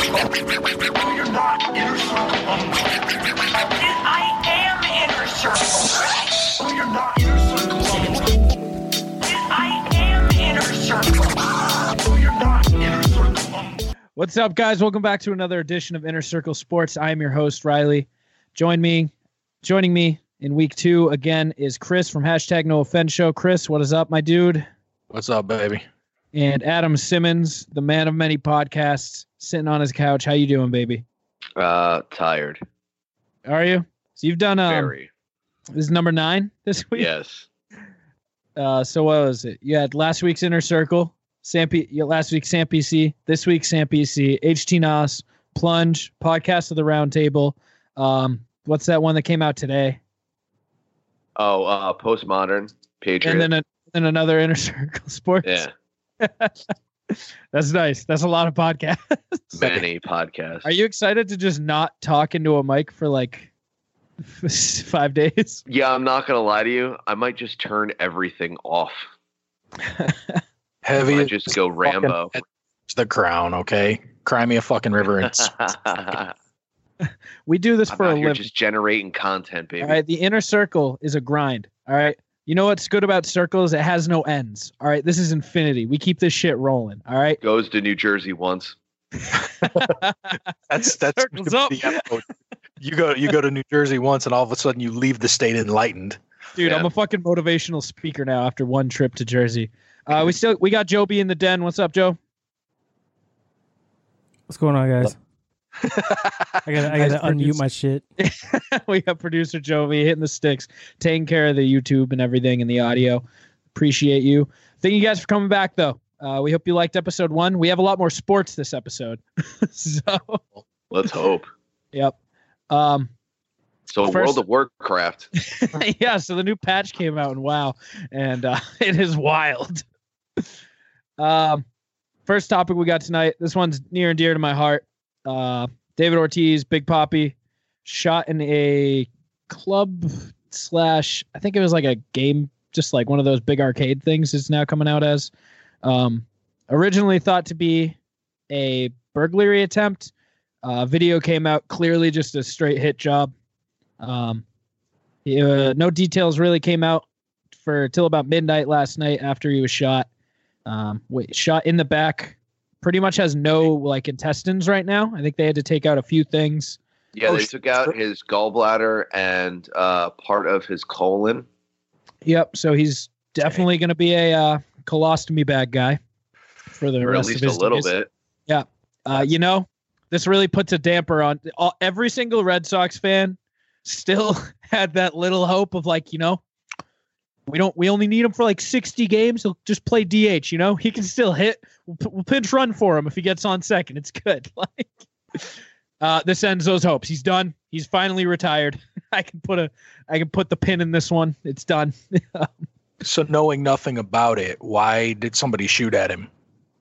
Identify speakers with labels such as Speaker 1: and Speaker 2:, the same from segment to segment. Speaker 1: No, you're not inner circle only.
Speaker 2: I am inner circle.
Speaker 1: No, you're not inner circle only.
Speaker 2: I am inner circle.
Speaker 1: No, you're not inner circle only.
Speaker 3: What's up, guys? Welcome back to another edition of Inner Circle Sports. I am your host, Riley. Join me, joining me in week two again is Chris from hashtag No Offense Show. Chris, what is up, my dude?
Speaker 4: What's up, baby?
Speaker 3: And Adam Simmons, the man of many podcasts, sitting on his couch. How you doing, baby?
Speaker 5: Uh, tired.
Speaker 3: Are you? So you've done um,
Speaker 5: Very.
Speaker 3: this is number nine this week.
Speaker 5: yes.
Speaker 3: Uh, so what was it? You had last week's Inner Circle, Sam P- yeah, last week's Sam PC, this week's Sam PC, HT Nos, Plunge, Podcast of the Roundtable. Um, what's that one that came out today?
Speaker 5: Oh, uh, postmodern patriot.
Speaker 3: And then a, then another Inner Circle Sports.
Speaker 5: yeah,
Speaker 3: That's nice. That's a lot of podcasts.
Speaker 5: many podcasts.
Speaker 3: Are you excited to just not talk into a mic for like five days?
Speaker 5: Yeah, I'm not gonna lie to you. I might just turn everything off. I
Speaker 4: Heavy
Speaker 5: might
Speaker 4: as
Speaker 5: just go Rambo.
Speaker 4: the crown, okay? Cry me a fucking river. And s-
Speaker 5: I'm
Speaker 3: We do this for a
Speaker 5: out here
Speaker 3: living.
Speaker 5: just generating content, baby.
Speaker 3: All right, the inner circle is a grind. All right. You know what's good about circles? It has no ends. All right. This is infinity. We keep this shit rolling. All right.
Speaker 5: Goes to New Jersey once.
Speaker 4: that's that's
Speaker 3: Circles
Speaker 4: gonna be
Speaker 3: up.
Speaker 4: the episode. You go you go to New Jersey once, and all of a sudden you leave the state enlightened.
Speaker 3: Dude,
Speaker 5: Yeah.
Speaker 3: I'm a fucking motivational speaker now after one trip to Jersey. Uh, we still we got Joe B in the den. What's up, Joe?
Speaker 6: What's going on, guys? I gotta, I
Speaker 3: Nice
Speaker 6: gotta
Speaker 3: producer.
Speaker 6: unmute my shit.
Speaker 3: we got producer Joe B hitting the sticks, taking care of the YouTube and everything and the audio. Appreciate you. Thank you guys for coming back though. Uh, we hope you liked episode one. We have a lot more sports this episode. so
Speaker 5: Let's hope.
Speaker 3: yep. Um
Speaker 5: So
Speaker 3: First-
Speaker 5: World of Warcraft.
Speaker 3: yeah, so the new patch came out and wow, and uh, it is wild. Um, first topic we got tonight. This one's near and dear to my heart. Uh, David Ortiz, Big Poppy, shot in a club slash. I think it was like a game, just like one of those big arcade things. It's now coming out as. Um, originally thought to be a burglary attempt. Uh, video came out clearly just a straight hit job. Um, uh, no details really came out for till about midnight last night after he was shot. Um, wait, shot in the back. Pretty much has no like intestines right now. I think they had to take out a few things.
Speaker 5: Yeah,
Speaker 4: Oh,
Speaker 5: they
Speaker 4: sh-
Speaker 5: took out his gallbladder and uh, part of his colon.
Speaker 3: Yep. So he's definitely going to be a uh, colostomy bag guy for the
Speaker 5: Or at
Speaker 3: rest
Speaker 5: least
Speaker 3: of
Speaker 5: a
Speaker 3: his
Speaker 5: little
Speaker 3: days.
Speaker 5: bit.
Speaker 3: Uh, you know, this really puts a damper on all, every single Red Sox fan. Still had that little hope of like, you know, we don't. We only need him for like sixty games. He'll just play DH. You know, he can still hit. We'll, p- we'll pinch run for him if he gets on second. It's good. Like, uh, this ends those hopes. He's done. He's finally retired. I can put a. I can put the pin in this one. It's done.
Speaker 4: So knowing nothing about it, why did somebody shoot at him?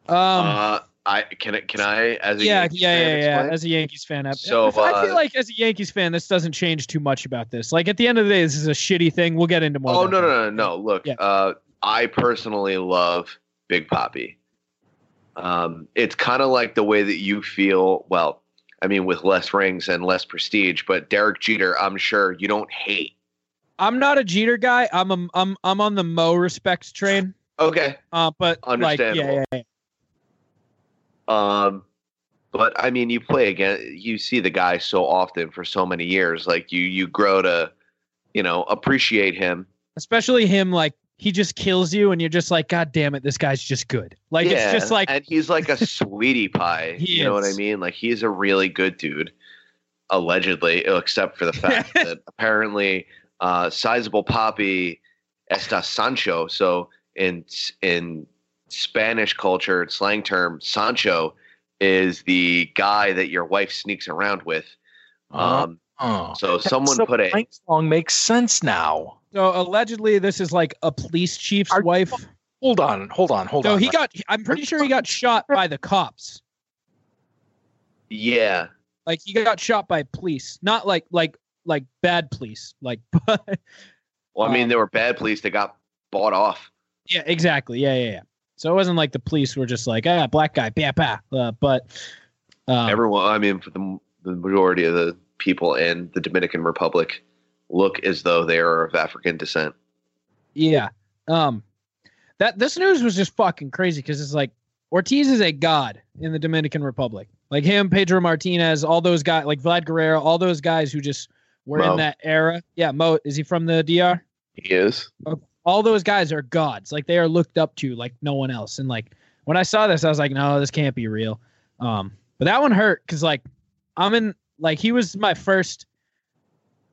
Speaker 3: Um.
Speaker 5: uh, I can I can I as a
Speaker 3: yeah,
Speaker 5: Yankees
Speaker 3: yeah,
Speaker 5: fan
Speaker 3: yeah, yeah,
Speaker 5: explain?
Speaker 3: As a Yankees fan, I,
Speaker 5: So,
Speaker 3: I feel
Speaker 5: uh,
Speaker 3: like as a Yankees fan, this doesn't change too much about this. Like at the end of the day, this is a shitty thing. We'll get into more.
Speaker 5: Oh
Speaker 3: about
Speaker 5: no,
Speaker 3: that.
Speaker 5: no, no, no! Look,
Speaker 3: Yeah.
Speaker 5: uh, I personally love Big Poppy. Um, it's kind of like the way that you feel. Well, I mean, with less rings and less prestige, but Derek Jeter, I'm sure you don't hate.
Speaker 3: I'm not a Jeter guy. I'm a, I'm I'm on the Mo respects train.
Speaker 5: Okay,
Speaker 3: Uh, but like, yeah,
Speaker 5: Understandable.
Speaker 3: yeah, yeah.
Speaker 5: Um, but I mean, you play again. You see the guy so often for so many years. Like you, you grow to, you know, appreciate him.
Speaker 3: Especially him, like he just kills you, and you're just like, God damn it, this guy's just good. Like it's just like
Speaker 5: and he's like a sweetie pie.
Speaker 3: He
Speaker 5: you know what I
Speaker 3: is.
Speaker 5: mean? Like he's a really good dude, allegedly, except for the fact that apparently, uh, sizable poppy está Sancho. So in in Spanish culture, it's slang term, Sancho is the guy that your wife sneaks around with.
Speaker 3: Uh-huh.
Speaker 5: Um,
Speaker 4: Uh,
Speaker 5: so someone
Speaker 4: so
Speaker 5: put a
Speaker 4: Frank Song makes sense now.
Speaker 3: so. Allegedly, this is like a police chief's
Speaker 4: Are-
Speaker 3: wife.
Speaker 4: Hold on, hold on, hold
Speaker 3: So
Speaker 4: on.
Speaker 3: he got. I'm pretty sure he got shot by the cops.
Speaker 5: yeah.
Speaker 3: Like he got shot by police, not like like like bad police. Like,
Speaker 5: Well, I mean,
Speaker 3: Um,
Speaker 5: there were bad police that got bought off.
Speaker 3: Yeah, exactly. Yeah, yeah, yeah. So it wasn't like the police were just like, ah, black guy, bah, bah. Uh, but Um,
Speaker 5: Everyone, I mean, for the, the majority of the people in the Dominican Republic look as though they are of African descent.
Speaker 3: Yeah. Um that this news was just fucking crazy because it's like Ortiz is a god in the Dominican Republic. Like him, Pedro Martinez, all those guys like Vlad Guerrero, all those guys who just were
Speaker 5: Mo.
Speaker 3: in that era. Yeah, Mo, is he from the DR?
Speaker 5: He is.
Speaker 3: All those guys are gods. Like they are looked up to like no one else. And like when I saw this, I was like, no, this can't be real. Um, but that one hurt because like I'm in like he was my first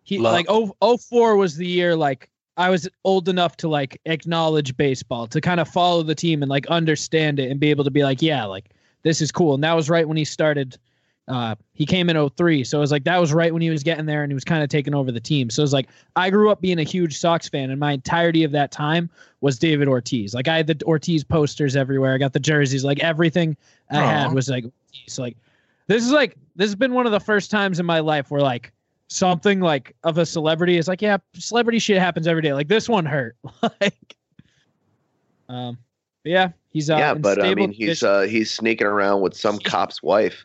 Speaker 3: he
Speaker 4: Love.
Speaker 3: like oh oh four was the year like I was old enough to like acknowledge baseball, to kind of follow the team and like understand it and be able to be like, yeah, like this is cool. And that was right when he started. Uh, he came in 03. So it was like, that was right when he was getting there and he was kind of taking over the team. So it was like, I grew up being a huge Sox fan and my entirety of that time was David Ortiz. Like I had the Ortiz posters everywhere. I got the jerseys, like everything I had
Speaker 4: Aw.
Speaker 3: was like, Ortiz. like this is like, this has been one of the first times in my life where like something like of a celebrity is like, yeah, celebrity shit happens every day. Like this one hurt. like, um, but yeah, he's uh,
Speaker 5: yeah,
Speaker 3: in
Speaker 5: but I
Speaker 3: stable
Speaker 5: mean, he's
Speaker 3: condition.
Speaker 5: uh, he's sneaking around with some cop's wife,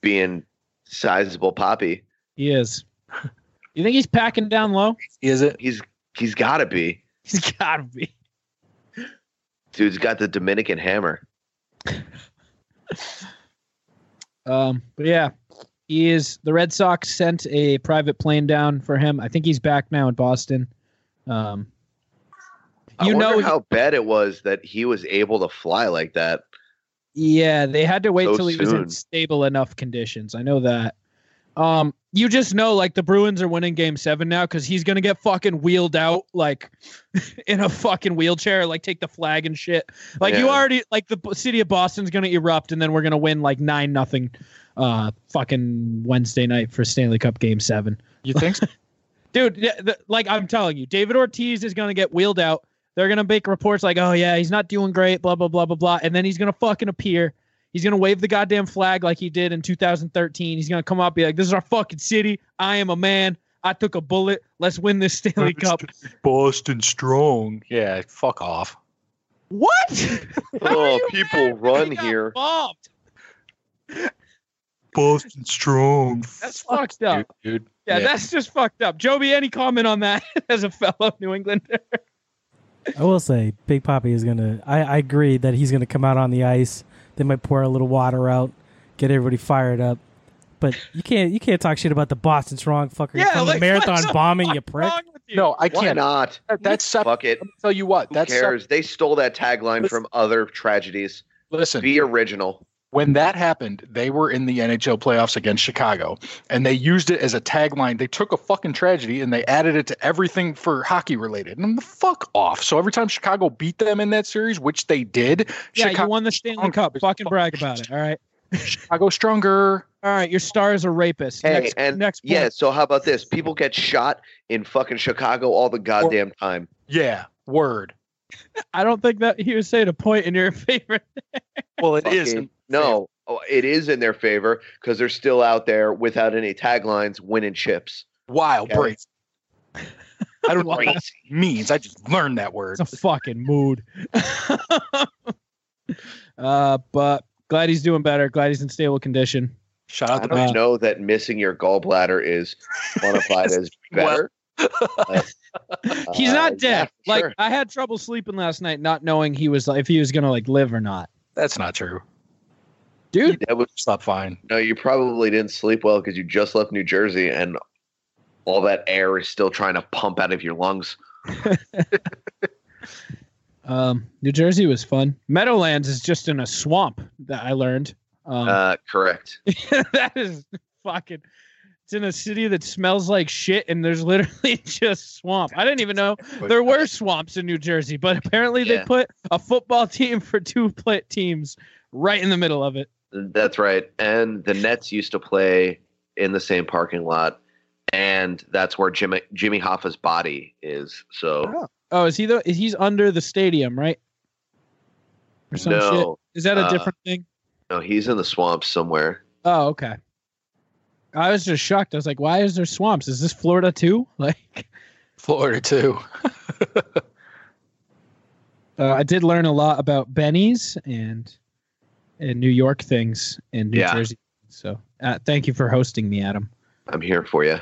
Speaker 5: being sizable poppy.
Speaker 3: he is.
Speaker 5: uh,
Speaker 3: You think he's packing down low?
Speaker 4: Is it?
Speaker 5: He's he's got to be.
Speaker 3: He's gotta be.
Speaker 5: Dude's got the Dominican hammer.
Speaker 3: Um, but yeah, he is. The Red Sox sent a private plane down for him. I think he's back now in Boston. Um,
Speaker 5: I
Speaker 3: You
Speaker 5: wonder
Speaker 3: know-
Speaker 5: how bad it was that he was able to fly like that.
Speaker 3: yeah, they had to wait
Speaker 5: So
Speaker 3: till he was
Speaker 5: soon.
Speaker 3: in stable enough conditions. I know that. Um, you just know like the Bruins are winning Game Seven now because he's gonna get fucking wheeled out like in a fucking wheelchair, like take the flag and shit. Like you
Speaker 5: Yeah.
Speaker 3: already like the B- city of Boston's gonna erupt and then we're gonna win like nine nothing, uh, fucking Wednesday night for Stanley Cup Game Seven.
Speaker 4: You think? so?
Speaker 3: dude. yeah, The, like I'm telling you, David Ortiz is gonna get wheeled out. They're gonna make reports like, "Oh yeah, he's not doing great," blah blah blah blah blah, and then he's gonna fucking appear. He's gonna wave the goddamn flag like he did in 2013. He's gonna come out and be like, "This is our fucking city. I am a man. I took a bullet. Let's win this Stanley Cup."
Speaker 4: Boston strong. Yeah, fuck off.
Speaker 3: What? How are
Speaker 5: Oh,
Speaker 3: you
Speaker 5: people
Speaker 3: mad that
Speaker 5: run
Speaker 3: he got
Speaker 5: here.
Speaker 3: Bombed?
Speaker 4: Boston strong.
Speaker 3: That's fucked up.
Speaker 4: dude.
Speaker 3: Oh. Yeah, that's just fucked up. Joby, any comment on that as a fellow New Englander?
Speaker 6: I will say, Big Poppy is gonna. I, I agree that he's gonna come out on the ice. They might pour a little water out, get everybody fired up. But you can't you can't talk shit about the Boston Strong fucker
Speaker 3: Yeah,
Speaker 6: from
Speaker 3: like,
Speaker 6: the marathon
Speaker 3: what's
Speaker 6: bombing, you
Speaker 3: What's
Speaker 6: prick.
Speaker 3: wrong with you?
Speaker 4: no, I
Speaker 5: Why
Speaker 4: can't.
Speaker 5: not?
Speaker 4: That- That's separate.
Speaker 5: Fuck it.
Speaker 4: Let me tell you what.
Speaker 5: Who
Speaker 4: that's sep-
Speaker 5: cares? They stole that tagline
Speaker 4: Listen-
Speaker 5: from other tragedies.
Speaker 4: Listen,
Speaker 5: Be original.
Speaker 4: when that happened, they were in the NHL playoffs against Chicago, and they used it as a tagline. They took a fucking tragedy and they added it to everything for hockey related. And I'm the fuck off. So every time Chicago beat them in that series, which they did,
Speaker 3: Yeah,
Speaker 4: Chicago,
Speaker 3: you won the Stanley
Speaker 4: Strong-
Speaker 3: Cup. Fucking brag about it. All right.
Speaker 4: Chicago stronger.
Speaker 3: All right. Your star is a rapist.
Speaker 5: Hey,
Speaker 3: next,
Speaker 5: and
Speaker 3: next point.
Speaker 5: yeah. So how about this? People get shot in fucking Chicago all the goddamn time.
Speaker 4: Yeah, word.
Speaker 3: I don't think that he was saying a point in your favor.
Speaker 4: Well, it
Speaker 5: Fucking-
Speaker 4: is.
Speaker 5: No, oh, it is in their favor because they're still out there without any taglines, winning chips.
Speaker 4: Wow,
Speaker 5: Okay.
Speaker 4: brave. I don't know what that means. I just learned that word.
Speaker 3: It's a fucking mood. uh, but glad he's doing better. Glad he's in stable condition.
Speaker 4: Shout
Speaker 5: I
Speaker 4: out
Speaker 5: don't
Speaker 4: to
Speaker 3: Uh,
Speaker 5: know that missing your gallbladder is quantified as better.
Speaker 3: He's
Speaker 5: Uh,
Speaker 3: not dead.
Speaker 5: yeah,
Speaker 3: like
Speaker 5: sure.
Speaker 3: I had trouble sleeping last night, not knowing he was like, if he was gonna like live or not.
Speaker 4: That's not true.
Speaker 3: Dude,
Speaker 5: That was
Speaker 4: Stop fine.
Speaker 5: no. You probably didn't sleep well because you just left New Jersey and all that air is still trying to pump out of your lungs.
Speaker 3: um, New Jersey was fun. Meadowlands is just in a swamp that I learned. Um,
Speaker 5: Uh, correct.
Speaker 3: that is fucking. It's in a city that smells like shit, and there's literally just swamp. I didn't even know there were swamps in New Jersey, but apparently
Speaker 5: Yeah.
Speaker 3: they put a football team for two pla teams right in the middle of it.
Speaker 5: That's right. And the Nets used to play in the same parking lot, and that's where Jimmy Jimmy Hoffa's body is. So
Speaker 3: Oh, is he the? He's under the stadium, right? Or some shit.
Speaker 5: no,
Speaker 3: Is that a
Speaker 5: uh,
Speaker 3: different thing?
Speaker 5: no, he's in the swamps somewhere.
Speaker 3: Oh, okay. I was just shocked. I was like, why is there swamps? Is this Florida too? Like,
Speaker 4: Florida too.
Speaker 3: uh, I did learn a lot about bennies and and New York things and New
Speaker 5: Yeah.
Speaker 3: Jersey. So uh, thank you for hosting me, Adam.
Speaker 5: I'm here for you.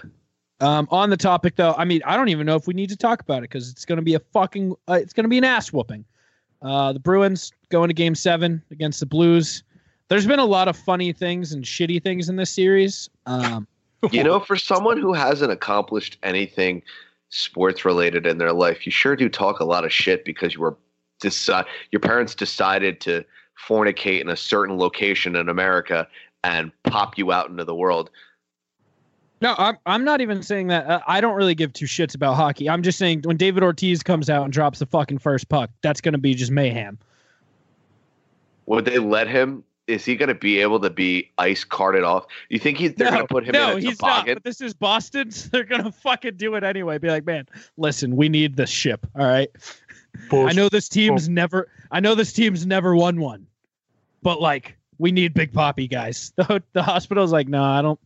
Speaker 3: Um, on the topic, though, I mean, I don't even know if we need to talk about it because it's going to be a fucking, uh, it's going to be an ass whooping. Uh, the Bruins going to Game Seven against the Blues. There's been a lot of funny things and shitty things in this series. Um,
Speaker 5: You know, for someone who hasn't accomplished anything sports related in their life, you sure do talk a lot of shit because you were deci- your parents decided to fornicate in a certain location in America and pop you out into the world.
Speaker 3: no, I'm, I'm not even saying that. Uh, I don't really give two shits about hockey. I'm just saying when David Ortiz comes out and drops the fucking first puck, that's going to be just mayhem.
Speaker 5: Would they let him? Is he going to be able to be ice carted off? You think he's, they're
Speaker 3: no,
Speaker 5: going to put him
Speaker 3: no,
Speaker 5: in a
Speaker 3: he's not.
Speaker 5: toboggan?
Speaker 3: But this is Boston, so they're going to fucking do it anyway. Be like, man, listen, we need this ship. All right. I know this team's never. I know this team's never won one, but like we need Big Poppy guys. The ho- the hospital's like, no, I don't.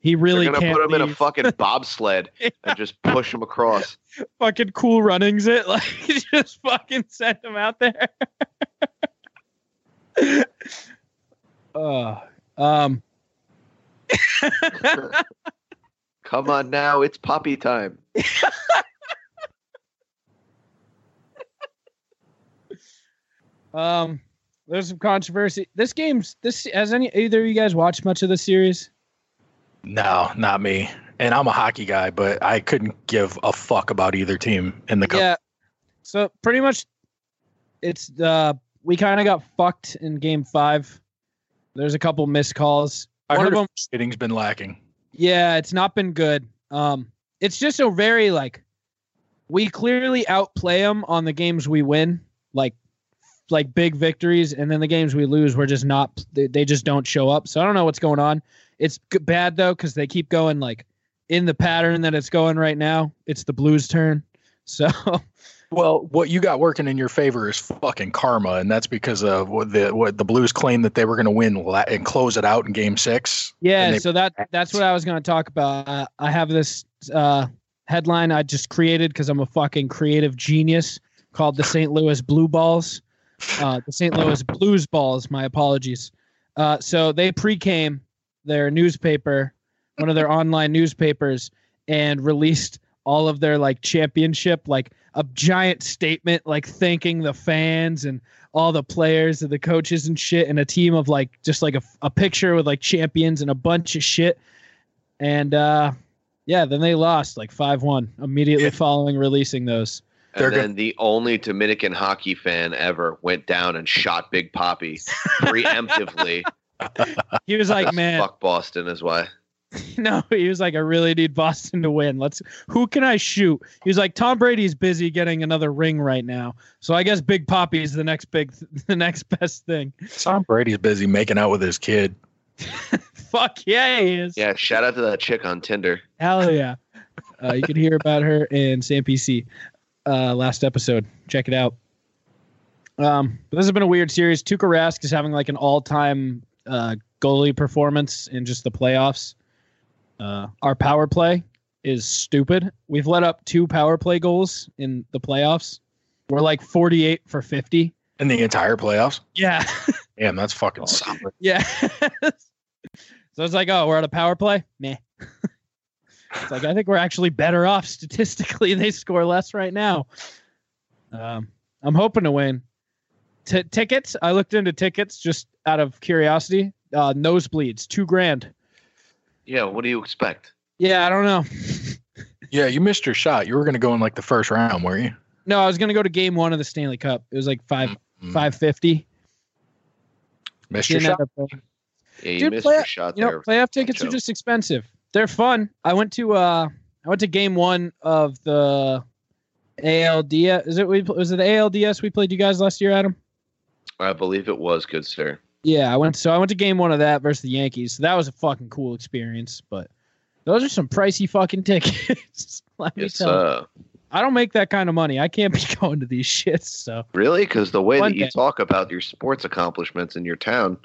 Speaker 3: He really
Speaker 5: they're going
Speaker 3: can't.
Speaker 5: to put him in a
Speaker 3: leave."
Speaker 5: fucking bobsled and just push him across.
Speaker 3: fucking cool runnings. It like just fucking send him out there. uh, um.
Speaker 5: Come on now, it's poppy time.
Speaker 3: Um. There's some controversy. This game's this has any either of you guys watched much of this series?
Speaker 4: No, not me. And I'm a hockey guy, but I couldn't give a fuck about either team in the cup.
Speaker 3: Yeah. So pretty much, it's uh we kind of got fucked in game five. There's a couple missed calls.
Speaker 4: I
Speaker 3: One
Speaker 4: heard
Speaker 3: of
Speaker 4: of
Speaker 3: them-
Speaker 4: skating's been lacking.
Speaker 3: Yeah, it's not been good. Um, it's just so very like we clearly outplay them on the games we win, like like big victories, and then the games we lose, we're just not. They, they just don't show up. So I don't know what's going on. It's g- bad though because they keep going like in the pattern that it's going right now. It's the Blues' turn. So
Speaker 4: Well, what you got working in your favor is fucking karma, and that's because of what the what the Blues claimed that they were going to win la- and close it out in Game Six.
Speaker 3: Yeah,
Speaker 4: and they-
Speaker 3: so that that's what I was going to talk about. Uh, I have this uh, headline I just created because I'm a fucking creative genius called the St. Louis Blue Balls. Uh, the St. Louis Blues Balls. My apologies. Uh, so they pre-came their newspaper, one of their online newspapers, and released all of their like championship, like a giant statement, like thanking the fans and all the players and the coaches and shit and a team of like just like a, a picture with like champions and a bunch of shit and uh yeah then they lost like 5-1 immediately
Speaker 4: Yeah.
Speaker 3: following releasing those
Speaker 5: And
Speaker 4: They're go-
Speaker 5: then the only Dominican hockey fan ever went down and shot Big Poppy preemptively.
Speaker 3: he was like
Speaker 5: Because
Speaker 3: man
Speaker 5: Fuck Boston is why.
Speaker 3: no he was like i really need boston to win let's who can i shoot he was like tom brady's busy getting another ring right now so i guess big poppy is the next big the next best thing
Speaker 4: Tom Brady's busy making out with his kid.
Speaker 3: fuck yeah he is
Speaker 5: Yeah, shout out to that chick on Tinder.
Speaker 3: Hell yeah. Uh, you can hear about her in Sam PC uh, last episode. Check it out. Um, but this has been a weird series. Tuukka Rask is having like an all-time uh, goalie performance in just the playoffs. Uh, our power play is stupid. We've let up two power play goals in the playoffs. We're like 48 for 50.
Speaker 4: In the entire playoffs?
Speaker 3: Yeah.
Speaker 4: Damn, that's fucking solid.
Speaker 3: Yeah. so it's like, oh, we're on a power play? Meh. it's like, I think we're actually better off statistically. They score less right now. Um, I'm hoping to win. T- tickets, I looked into tickets just out of curiosity. Uh, nosebleeds, two grand.
Speaker 5: Yeah, what do you expect?
Speaker 3: Yeah, I don't know.
Speaker 4: Yeah, you missed your shot. You were going to go in like the first round, were you?
Speaker 3: No, I was gonna go to game one of the Stanley Cup. It was like five
Speaker 4: Mm.
Speaker 3: five fifty.
Speaker 4: Missed your shot.
Speaker 5: Yeah, you
Speaker 3: Dude,
Speaker 5: missed
Speaker 3: play-
Speaker 5: your shot
Speaker 3: you know,
Speaker 5: there.
Speaker 3: playoff tickets are
Speaker 5: Joe.
Speaker 3: just expensive. They're fun. I went to uh, I went to game one of the ALDS. Is it we was it the ALDS we played you guys last year, Adam?
Speaker 5: I believe it was good, sir.
Speaker 3: Yeah, I went. So I went to game one of that versus the Yankees. So that was a fucking cool experience. But those are some pricey fucking tickets. Let me
Speaker 5: Yes,
Speaker 3: tell you,
Speaker 5: uh,
Speaker 3: I don't make that kind of money. I can't be going to these shits. So
Speaker 5: really? Because the way
Speaker 3: One
Speaker 5: that you
Speaker 3: day.
Speaker 5: talk about your sports accomplishments in your town,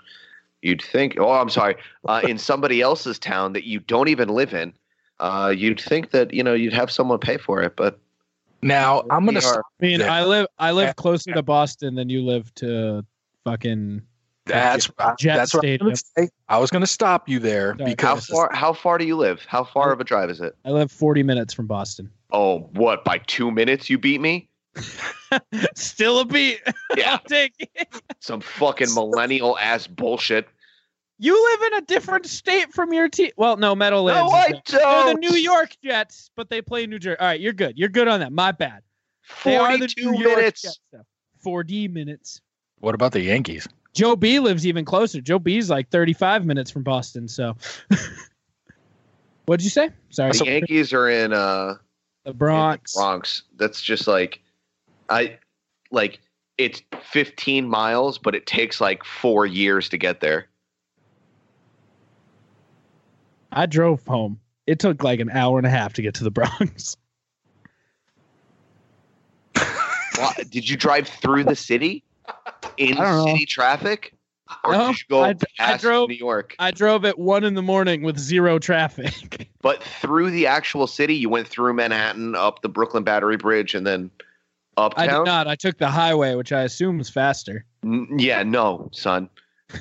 Speaker 5: you'd think, oh, I'm sorry, uh, in somebody else's town that you don't even live in, uh, you'd think that you know you'd have someone pay for it, but Oh,
Speaker 4: Now I'm going to
Speaker 5: we are-
Speaker 4: stop
Speaker 3: I mean,
Speaker 4: Yeah.
Speaker 3: I live I live
Speaker 4: Yeah.
Speaker 3: closer to Boston than you live to fucking
Speaker 4: That's I-
Speaker 3: Jet
Speaker 4: that's what I was, gonna say. I was going to stop you there
Speaker 3: Sorry.
Speaker 5: How
Speaker 4: because
Speaker 5: far? How far do you live? How
Speaker 3: Mm.
Speaker 5: far of a drive is it?
Speaker 3: I live 40 minutes from Boston.
Speaker 5: Oh, what? By two minutes, you beat me?
Speaker 3: Still a beat.
Speaker 5: Yeah,
Speaker 3: Take it.
Speaker 5: some fucking millennial ass bullshit.
Speaker 3: You live in a different state from your team. Well, no, Meadowlands.
Speaker 5: No,
Speaker 3: is
Speaker 5: I
Speaker 3: not- They're
Speaker 5: don't.
Speaker 3: the New York Jets, but they play New Jersey. All right, you're good. You're good on that. My bad. They are the
Speaker 5: Forty-two
Speaker 3: New York
Speaker 5: minutes.
Speaker 3: Jets, though. 40 minutes.
Speaker 4: what about the Yankees?
Speaker 3: Joe B lives even closer. Joe B's like 35 minutes from Boston. So, what'd you say? Sorry,
Speaker 5: The Yankees are in uh
Speaker 3: the
Speaker 5: in the
Speaker 3: Bronx.
Speaker 5: Bronx. That's just like, I like it's fifteen miles, but it takes like four years to get there.
Speaker 3: I drove home. It took like an hour and a half to get to the Bronx.
Speaker 5: Why, did you drive through the city in
Speaker 3: I don't know.
Speaker 5: city traffic, or
Speaker 3: No,
Speaker 5: did you go
Speaker 3: I- I
Speaker 5: past
Speaker 3: drove-
Speaker 5: New York?
Speaker 3: I drove at one in the morning with zero traffic.
Speaker 5: but through the actual city, you went through Manhattan, up the Brooklyn Battery Bridge, and then
Speaker 3: I did
Speaker 5: uptown.
Speaker 3: not. I took the highway, which I assume is faster.
Speaker 5: N- yeah, no, son,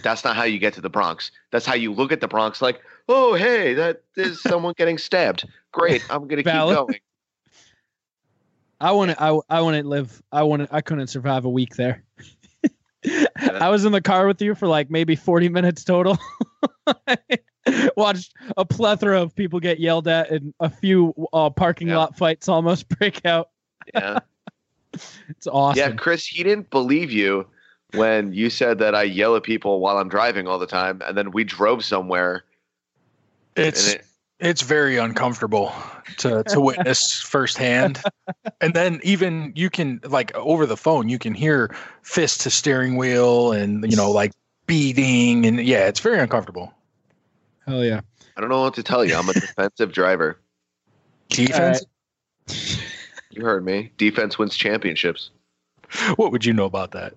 Speaker 5: that's not how you get to the Bronx. That's how you look at the Bronx, like, oh, hey, that is someone getting stabbed. Great, I'm gonna keep
Speaker 3: Valid.
Speaker 5: going.
Speaker 3: I wouldn't. I, I wouldn't live. I wouldn't. I couldn't survive a week there. I was in the car with you for like maybe forty minutes total. Watched a plethora of people get yelled at and a few uh, parking
Speaker 5: Yeah.
Speaker 3: lot fights almost break out.
Speaker 5: Yeah,
Speaker 3: It's awesome.
Speaker 5: yeah, Chris, he didn't believe you when you said that I yell at people while I'm driving all the time, and then we drove somewhere.
Speaker 4: It's
Speaker 5: and it,
Speaker 4: it's very uncomfortable to to witness firsthand and then even you can like over the phone you can hear fist to steering wheel and you know like beating and yeah it's very uncomfortable
Speaker 3: Hell yeah.
Speaker 5: I don't know what to tell you. I'm a defensive driver.
Speaker 4: defense
Speaker 5: You heard me. Defense wins championships.
Speaker 4: what would you know about that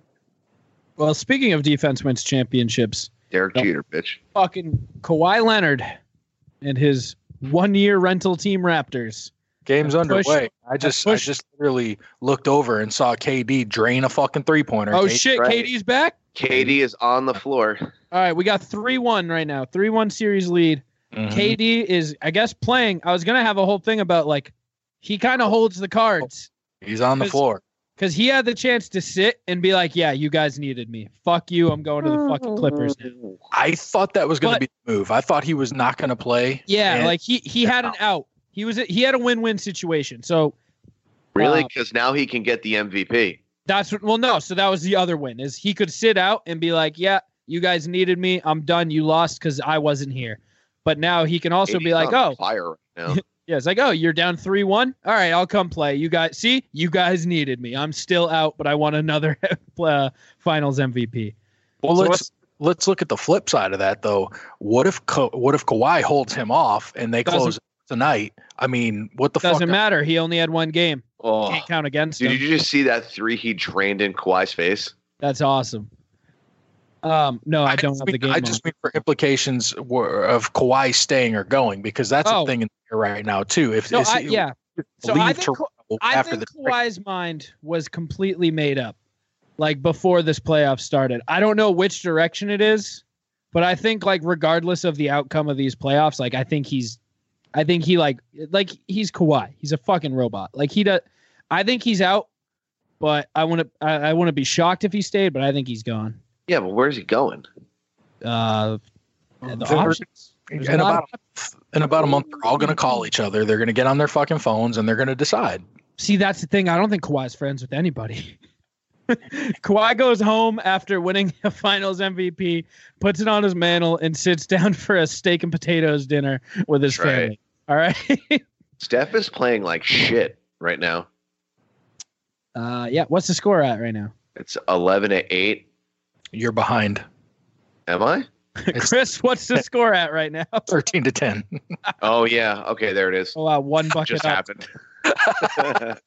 Speaker 3: Well, speaking of defense wins championships,
Speaker 5: Derek
Speaker 3: Yep.
Speaker 5: Jeter, bitch.
Speaker 3: fucking Kawhi Leonard and his one-year rental team Raptors.
Speaker 4: game's
Speaker 3: Push-
Speaker 4: underway i just i
Speaker 3: push.
Speaker 4: just literally looked over and saw kd drain a fucking three pointer
Speaker 3: Oh shit,
Speaker 5: right.
Speaker 3: Katie's back.
Speaker 5: Katie is on the floor.
Speaker 3: All right, we got three-one right now. Three-one series lead.
Speaker 4: Mm-hmm.
Speaker 3: KD is, I guess, playing. I was gonna have a whole thing about like he kind of holds the cards
Speaker 4: Mm-hmm. he's on the
Speaker 3: Cause-
Speaker 4: floor
Speaker 3: because he had the chance to sit and be like, "Yeah, you guys needed me. Fuck you. I'm going to the fucking Clippers."
Speaker 5: Oh.
Speaker 3: now."
Speaker 4: i thought that was going
Speaker 3: But-
Speaker 4: to be the move i thought he was not going to play
Speaker 3: Yeah,
Speaker 4: And-
Speaker 3: like he he had an out. He was he had a win-win situation. So
Speaker 5: Really?
Speaker 3: Wow.
Speaker 5: Because now he can get the MVP.
Speaker 3: that's what. Well, no. So that was the other win is he could sit out and be like, "Yeah, you guys needed me. I'm done. You lost because I wasn't here." But now he can also
Speaker 5: Katie's
Speaker 3: be like,
Speaker 5: on
Speaker 3: "Oh,
Speaker 5: fire right now.
Speaker 3: Yeah, it's like, oh, you're down three one. All right, I'll come play. You guys, see, you guys needed me. I'm still out, but I want another uh, Finals MVP.
Speaker 4: Well,
Speaker 3: So
Speaker 4: let's let's look at the flip side of that though. What if Ka- what if Kawhi holds him off and they
Speaker 3: Doesn't-
Speaker 4: close tonight? I mean, what the fuck?
Speaker 3: Doesn't matter. He only had one game.
Speaker 5: Oh,
Speaker 3: Can't count against
Speaker 5: did
Speaker 3: him.
Speaker 5: you just see that three he drained in Kawhi's face?
Speaker 3: That's awesome. Um, no, I don't
Speaker 4: just
Speaker 3: have
Speaker 4: mean,
Speaker 3: the game.
Speaker 4: I
Speaker 3: on.
Speaker 4: just mean for implications were- of Kawhi staying or going because that's
Speaker 3: Oh.
Speaker 4: a thing in the air right now too. If
Speaker 3: no,
Speaker 4: is
Speaker 3: I,
Speaker 4: he-
Speaker 3: yeah. So I
Speaker 4: leave
Speaker 3: think,
Speaker 4: Toronto
Speaker 3: Ka- I
Speaker 4: after
Speaker 3: think
Speaker 4: the
Speaker 3: Kawhi's mind was completely made up, like before this playoff started. I don't know which direction it is, but I think like regardless of the outcome of these playoffs, like I think he's, I think he like like he's Kawhi. He's a fucking robot. Like he does. I think he's out, but I want to I, I want to be shocked if he stayed, but I think he's gone.
Speaker 5: Yeah, but where's he going?
Speaker 3: Uh, the
Speaker 4: They're-
Speaker 3: options. There's a
Speaker 4: in
Speaker 3: lot
Speaker 4: about in about a month, they're all going to call each other. They're going to get on their fucking phones and they're going to decide.
Speaker 3: See, that's the thing. I don't think Kawhi's friends with anybody. Kawhi goes home after winning a Finals MVP, puts it on his mantle, and sits down for a steak and potatoes dinner with his
Speaker 5: That's right.
Speaker 3: family. All right.
Speaker 5: Steph is playing like shit right now.
Speaker 3: uh, yeah. What's the score at right now?
Speaker 5: It's 11 to 8.
Speaker 4: You're behind
Speaker 5: Am I?
Speaker 4: It's-
Speaker 3: Chris, what's the score at right now?
Speaker 4: thirteen to ten.
Speaker 5: Oh, yeah. Okay, there it is.
Speaker 3: Oh, wow. One bucket
Speaker 5: Just
Speaker 3: up.
Speaker 5: happened.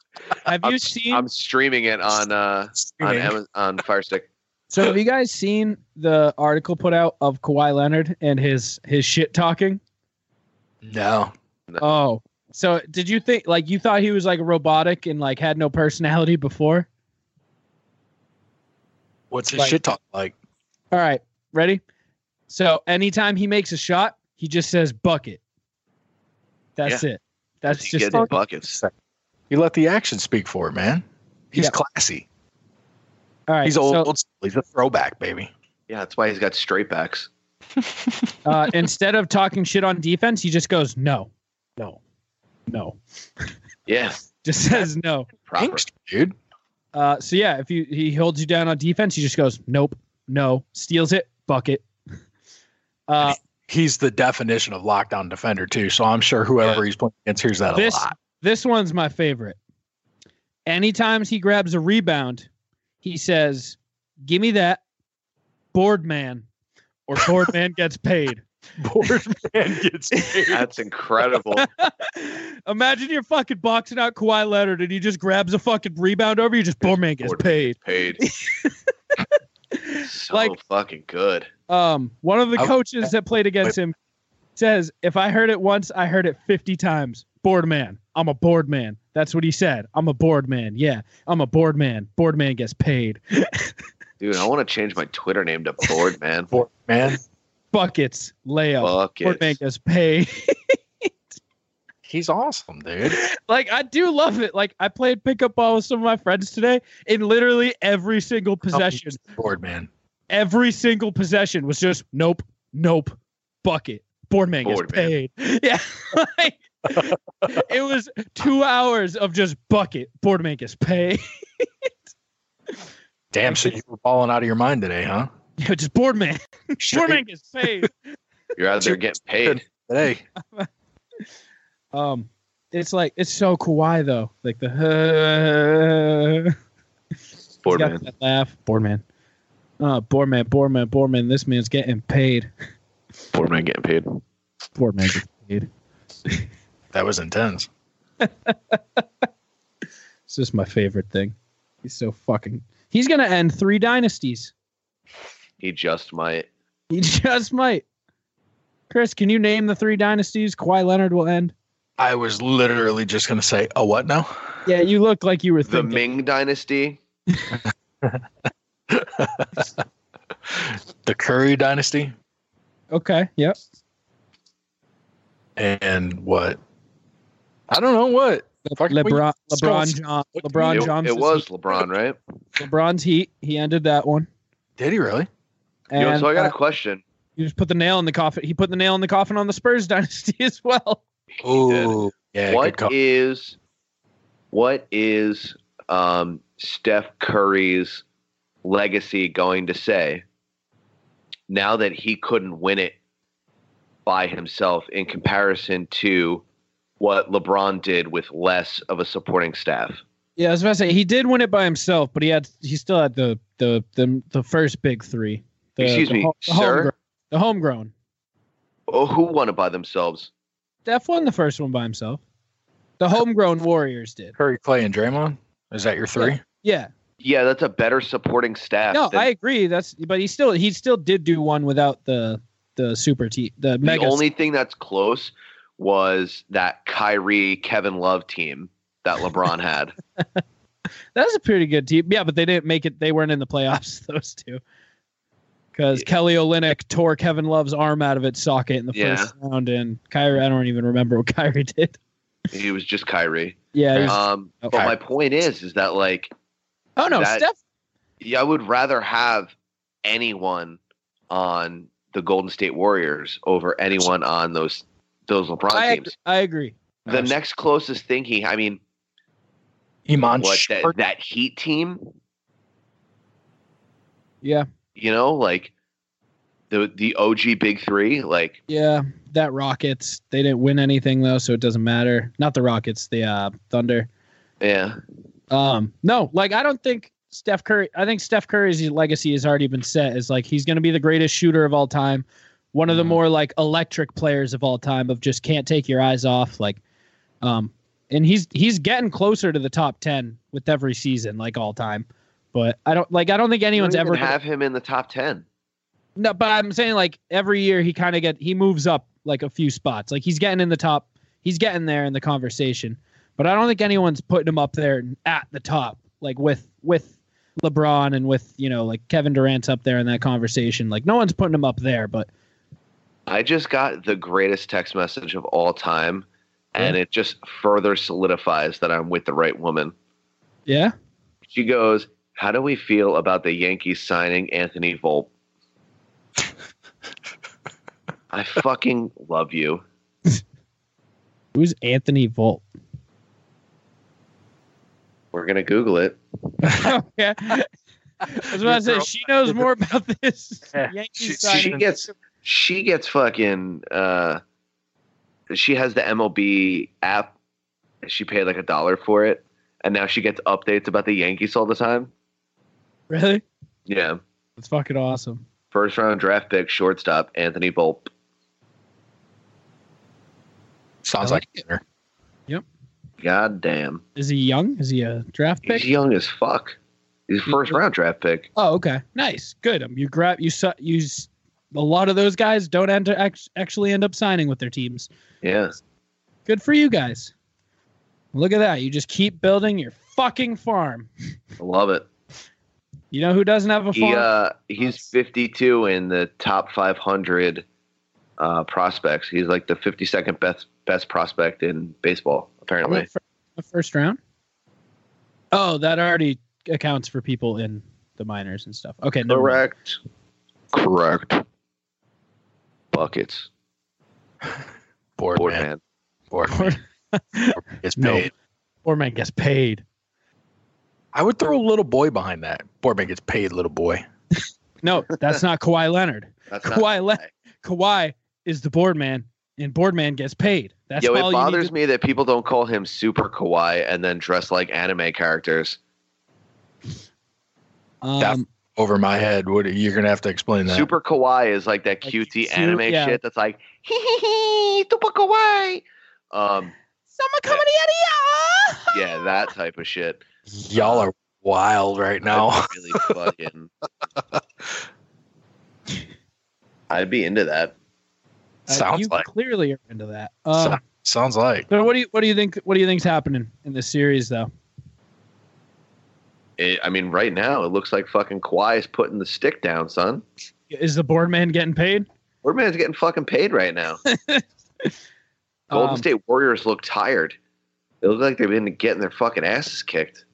Speaker 3: Have you
Speaker 5: I'm,
Speaker 3: seen?
Speaker 5: I'm streaming it on uh, on, Amazon, on Fire Stick.
Speaker 3: so, have you guys seen the article put out of Kawhi Leonard and his his shit talking?
Speaker 4: no,
Speaker 3: Oh, so did you think like you thought he was like robotic and like had no personality before?
Speaker 4: what's his
Speaker 3: Like-
Speaker 4: shit talk like?
Speaker 3: All right. Ready? So anytime he makes a shot, he just says bucket. That's it. That's
Speaker 5: He
Speaker 3: just
Speaker 5: getting
Speaker 3: it.
Speaker 5: buckets.
Speaker 4: You let the action speak for it, man. He's
Speaker 3: Yeah.
Speaker 4: classy.
Speaker 3: All right.
Speaker 4: He's old,
Speaker 3: so-
Speaker 4: old school. He's a throwback, baby.
Speaker 5: Yeah, that's why he's got straight backs.
Speaker 3: uh, instead of talking shit on defense, he just goes no, no, no.
Speaker 5: Yeah,
Speaker 3: Just says no.
Speaker 5: proper.
Speaker 4: Angst, dude.
Speaker 3: Uh, so yeah, if you he holds you down on defense, he just goes nope, no, steals it, bucket. Uh,
Speaker 4: He's the definition of lockdown defender too. So I'm sure whoever he's playing against hears that
Speaker 3: This-
Speaker 4: a lot.
Speaker 3: this one's my favorite. Anytime he grabs a rebound, he says, "Give me that, board man," or board man gets paid.
Speaker 4: Board man gets
Speaker 5: That's incredible.
Speaker 3: Imagine you're fucking boxing out Kawhi Leonard and he just grabs a fucking rebound over you, just board man gets
Speaker 5: Board man.
Speaker 3: paid.
Speaker 5: Paid. so
Speaker 3: Like-
Speaker 5: fucking good.
Speaker 3: Um, one of the
Speaker 4: I-
Speaker 3: coaches that played against him says, "If I heard it once, I heard it fifty times." Board man, I'm a board man. That's what he said. I'm a board man. Yeah, I'm a board man. Board man gets paid
Speaker 5: Dude, I want to change my Twitter name to Board Man.
Speaker 4: Board man.
Speaker 3: buckets layup. Board man
Speaker 5: Buckets.
Speaker 3: gets paid.
Speaker 4: He's awesome, dude.
Speaker 3: like I do love it. Like I played pickup ball with some of my friends today, and literally every single possession,
Speaker 4: Board man.
Speaker 3: every single possession was just nope, nope, bucket. Board man gets
Speaker 5: Board man.
Speaker 3: paid. Yeah. like, it was two hours of just bucket. Board man gets paid.
Speaker 4: Damn, so you were balling out of your mind today, huh?
Speaker 3: Yeah, just board man. Board man gets paid.
Speaker 5: You're out there getting paid.
Speaker 4: Today.
Speaker 3: Um, it's like it's so Kawhi though. Like the
Speaker 5: Board
Speaker 3: He's got
Speaker 5: Man.
Speaker 3: that laugh. Board man. Uh, board man, board man, board man. This man's getting paid.
Speaker 5: Board Man getting paid.
Speaker 3: Board man gets paid.
Speaker 4: That was intense.
Speaker 3: It's just my favorite thing. He's so fucking. He's gonna end three dynasties.
Speaker 5: He just might.
Speaker 3: He just might. Chris, can you name the three dynasties Kawhi Leonard will end?
Speaker 4: I was literally just gonna say, oh what now?
Speaker 3: Yeah, you look like you were
Speaker 5: The
Speaker 3: thinking.
Speaker 5: Ming Dynasty.
Speaker 4: The Curry dynasty
Speaker 3: okay, yep.
Speaker 4: and what? I don't know what. Fucking-
Speaker 3: LeBron,
Speaker 4: let's go.
Speaker 3: LeBron, John,
Speaker 4: What
Speaker 3: LeBron
Speaker 4: do
Speaker 5: It,
Speaker 4: you-
Speaker 3: Johnson.
Speaker 5: it was LeBron, right?
Speaker 3: LeBron's Heat. He ended that one.
Speaker 4: Did he really?
Speaker 3: And
Speaker 5: Yo, so I got
Speaker 3: uh,
Speaker 5: a question.
Speaker 3: you just put the nail in the coffin. He put the nail in the coffin on the Spurs dynasty as well.
Speaker 5: did.
Speaker 4: Oh yeah, good
Speaker 5: What
Speaker 4: call.
Speaker 5: is what is um, Steph Curry's legacy going to say now that he couldn't win it by himself in comparison to what LeBron did with less of a supporting staff?
Speaker 3: Yeah, I was about to say he did win it by himself, but he had he still had the the the, the first big three. The,
Speaker 5: Excuse
Speaker 3: the
Speaker 5: me,
Speaker 3: ho- the
Speaker 5: sir?
Speaker 3: Homegrown, the homegrown.
Speaker 5: Oh, who won it by themselves?
Speaker 3: Steph won the first one by himself. The homegrown Warriors did.
Speaker 4: Curry, Clay, and Draymond. Is that your three?
Speaker 3: Yeah.
Speaker 5: Yeah, that's a better supporting staff.
Speaker 3: No,
Speaker 5: than
Speaker 3: I agree. That's but he still he still did do one without the the super team the
Speaker 5: the
Speaker 3: mega.
Speaker 5: only thing that's close was that Kyrie Kevin Love team that LeBron had.
Speaker 3: that was a pretty good team. Yeah, but they didn't make it. They weren't in the playoffs. Those two, because
Speaker 5: Yeah.
Speaker 3: Kelly Olynyk tore Kevin Love's arm out of its socket in the
Speaker 5: Yeah.
Speaker 3: first round, and Kyrie. I don't even remember what Kyrie did.
Speaker 5: he was just Kyrie.
Speaker 3: Yeah. he was-
Speaker 5: Um,
Speaker 3: Okay.
Speaker 5: But my point is, is that like,
Speaker 3: oh no,
Speaker 5: that-
Speaker 3: Steph.
Speaker 5: yeah, I would rather have anyone on the Golden State Warriors over anyone on those those LeBron
Speaker 3: I ag-
Speaker 5: teams.
Speaker 3: I agree.
Speaker 5: The next closest thing he, I mean,
Speaker 4: Iman
Speaker 5: what that,
Speaker 4: Shumpert.
Speaker 5: that Heat team,
Speaker 3: Yeah.
Speaker 5: you know, like the the OG Big Three, like
Speaker 3: Yeah. That Rockets. They didn't win anything though, so it doesn't matter. Not the Rockets. The uh, Thunder.
Speaker 5: yeah,
Speaker 3: Um, no, like I don't think Steph Curry. I think Steph Curry's legacy has already been set. Is like he's going to be the greatest shooter of all time, one of the
Speaker 4: Mhm.
Speaker 3: more like electric players of all time. Of just can't take your eyes off. Like, um, and he's he's getting closer to the top ten with every season, like all time. But I don't like. I don't think
Speaker 5: you
Speaker 3: anyone's
Speaker 5: don't
Speaker 3: ever
Speaker 5: even have him in the top ten.
Speaker 3: no, but I'm saying like every year he kind of get he moves up like a few spots. Like he's getting in the top, he's getting there in the conversation. But I don't think anyone's putting him up there at the top like with with LeBron and with you know like Kevin Durant's up there in that conversation. Like no one's putting him up there, but
Speaker 5: I just got the greatest text message of all time,
Speaker 3: Hmm?
Speaker 5: and it just further solidifies that I'm with the right woman.
Speaker 3: yeah,
Speaker 5: She goes, "How do we feel about the Yankees signing Anthony Volpe?" I fucking love you.
Speaker 3: who's Anthony Volt?
Speaker 5: We're gonna Google it.
Speaker 3: yeah. I was about to say she knows more about this
Speaker 7: Yeah.
Speaker 3: Yankees
Speaker 5: She, she
Speaker 3: side.
Speaker 5: gets she gets fucking uh she has the MLB app. She paid like a dollar for it, and now she gets updates about the Yankees all the time.
Speaker 3: Really?
Speaker 5: Yeah.
Speaker 3: That's fucking awesome.
Speaker 5: First round draft pick, shortstop, Anthony Volpe.
Speaker 4: Sounds
Speaker 3: I
Speaker 4: like dinner.
Speaker 5: God damn.
Speaker 3: Is he young? Is he a draft
Speaker 5: He's
Speaker 3: pick?
Speaker 5: young as fuck. He's a first round draft pick.
Speaker 3: Oh, okay. Nice. Good. Um, you grab you su- you s- a lot of those guys don't end to act- actually end up signing with their teams.
Speaker 5: Yeah.
Speaker 3: Good for you guys. Look at that. You just keep building your fucking farm.
Speaker 5: I love it.
Speaker 3: You know who doesn't have a farm?
Speaker 5: He uh he's fifty two in the top five hundred uh prospects. He's like the fifty second best best prospect in baseball, apparently.
Speaker 3: What, fir- the first round? Oh, that already accounts for people in the minors and stuff. Okay, never mind.
Speaker 5: Correct. Correct. Buckets.
Speaker 4: Board,
Speaker 5: Board
Speaker 4: man.
Speaker 5: man.
Speaker 4: Board
Speaker 3: Board-
Speaker 4: man. It's
Speaker 3: No.
Speaker 4: paid.
Speaker 3: Or man gets paid.
Speaker 4: I would throw little boy behind that. Board man gets paid, little boy.
Speaker 3: No, that's not Kawhi Leonard.
Speaker 5: That's not-
Speaker 3: Kawhi Le- Kawhi is the board man, and board man gets paid. That's
Speaker 5: Yo,
Speaker 3: all
Speaker 5: it
Speaker 3: you need
Speaker 5: bothers
Speaker 3: to-
Speaker 5: me that people don't call him Super Kawaii and then dress like anime characters.
Speaker 4: That-
Speaker 3: Um,
Speaker 4: Over my head. What you're gonna have to explain that.
Speaker 5: Super Kawaii is like that
Speaker 3: Like,
Speaker 5: cutesy
Speaker 3: su-
Speaker 5: anime
Speaker 3: yeah.
Speaker 5: shit that's like hee hee hee super kawaii. Um,
Speaker 3: Someone coming in here!
Speaker 5: yeah, that type of shit.
Speaker 4: Y'all are wild right now.
Speaker 5: I'd really fucking. I'd be into that.
Speaker 3: Uh,
Speaker 4: Sounds
Speaker 3: you
Speaker 4: like.
Speaker 3: clearly are into that. Um,
Speaker 4: So- sounds like.
Speaker 3: so what do you what do you think what do you think's happening in this series though?
Speaker 5: It, I mean, right now it looks like fucking Kawhi is putting the stick down, son.
Speaker 3: Is the board man getting paid?
Speaker 5: Birdman's getting fucking paid right now. Golden
Speaker 3: Um,
Speaker 5: State Warriors look tired. They look like they've been getting their fucking asses kicked.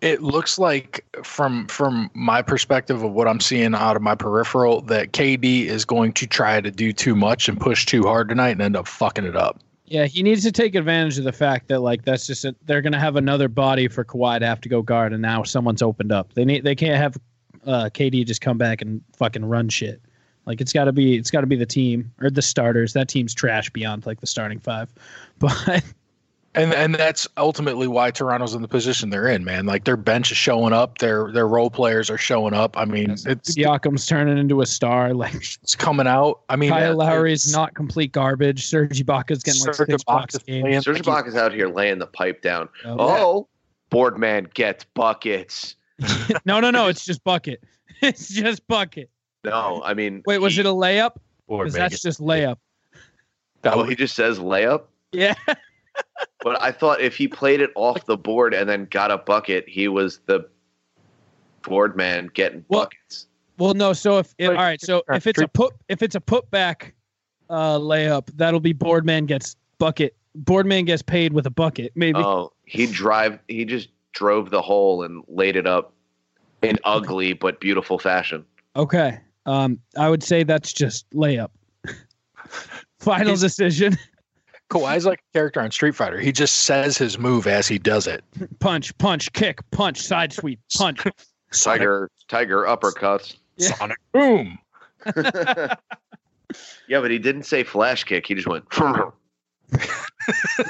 Speaker 4: It looks like from from my perspective of what I'm seeing out of my peripheral that KD is going to try to do too much and push too hard tonight and end up fucking it up.
Speaker 3: Yeah, he needs to take advantage of the fact that like that's just a, they're gonna have another body for Kawhi to have to go guard, and now someone's opened up. They need they can't have uh, KD just come back and fucking run shit. Like it's got to be it's got to be the team or the starters. That team's trash beyond like the starting five, but
Speaker 4: And and that's ultimately why Toronto's in the position they're in, man. Like their bench is showing up, their their role players are showing up. I mean, it's
Speaker 3: Siakam's turning into a star. Like
Speaker 4: it's coming out. I mean, uh,
Speaker 3: Kyle Lowry's
Speaker 4: it's-
Speaker 3: not complete garbage. Serge Ibaka's getting like
Speaker 4: Serge
Speaker 3: six bucks a
Speaker 4: Ibaka's
Speaker 3: game.
Speaker 4: playing
Speaker 5: Serge
Speaker 4: like
Speaker 5: Ibaka's out here laying the pipe down.
Speaker 3: Oh.
Speaker 5: Oh, Boardman gets buckets.
Speaker 3: no, no, no. It's just bucket. It's just bucket.
Speaker 5: No, I mean,
Speaker 3: Wait, was
Speaker 5: he-
Speaker 3: it a layup?
Speaker 4: he's bored,
Speaker 3: 'Cause
Speaker 4: man.
Speaker 3: that's just layup.
Speaker 4: That
Speaker 5: Oh,
Speaker 4: would-
Speaker 5: he just says layup.
Speaker 3: Yeah.
Speaker 5: But I thought if he played it off the board and then got a bucket, he was the board man getting
Speaker 3: Well,
Speaker 5: buckets.
Speaker 3: Well, no. So if, if all
Speaker 4: Like,
Speaker 3: right, so
Speaker 4: uh,
Speaker 3: if it's a put if it's a putback uh, layup, that'll be Boardman gets bucket. Boardman gets paid with a bucket. Maybe
Speaker 5: Oh, he drive. He just drove the hole and laid it up in ugly but beautiful fashion.
Speaker 3: okay. Um, I would say that's just layup. Final decision:
Speaker 4: Kawhi's like a character on Street Fighter. He just says his move as he does it.
Speaker 3: punch, punch, kick, punch, side sweep, punch.
Speaker 5: Tiger, tiger uppercuts.
Speaker 3: Yeah.
Speaker 4: Sonic boom.
Speaker 5: yeah, but he didn't say flash kick. He just went.
Speaker 3: you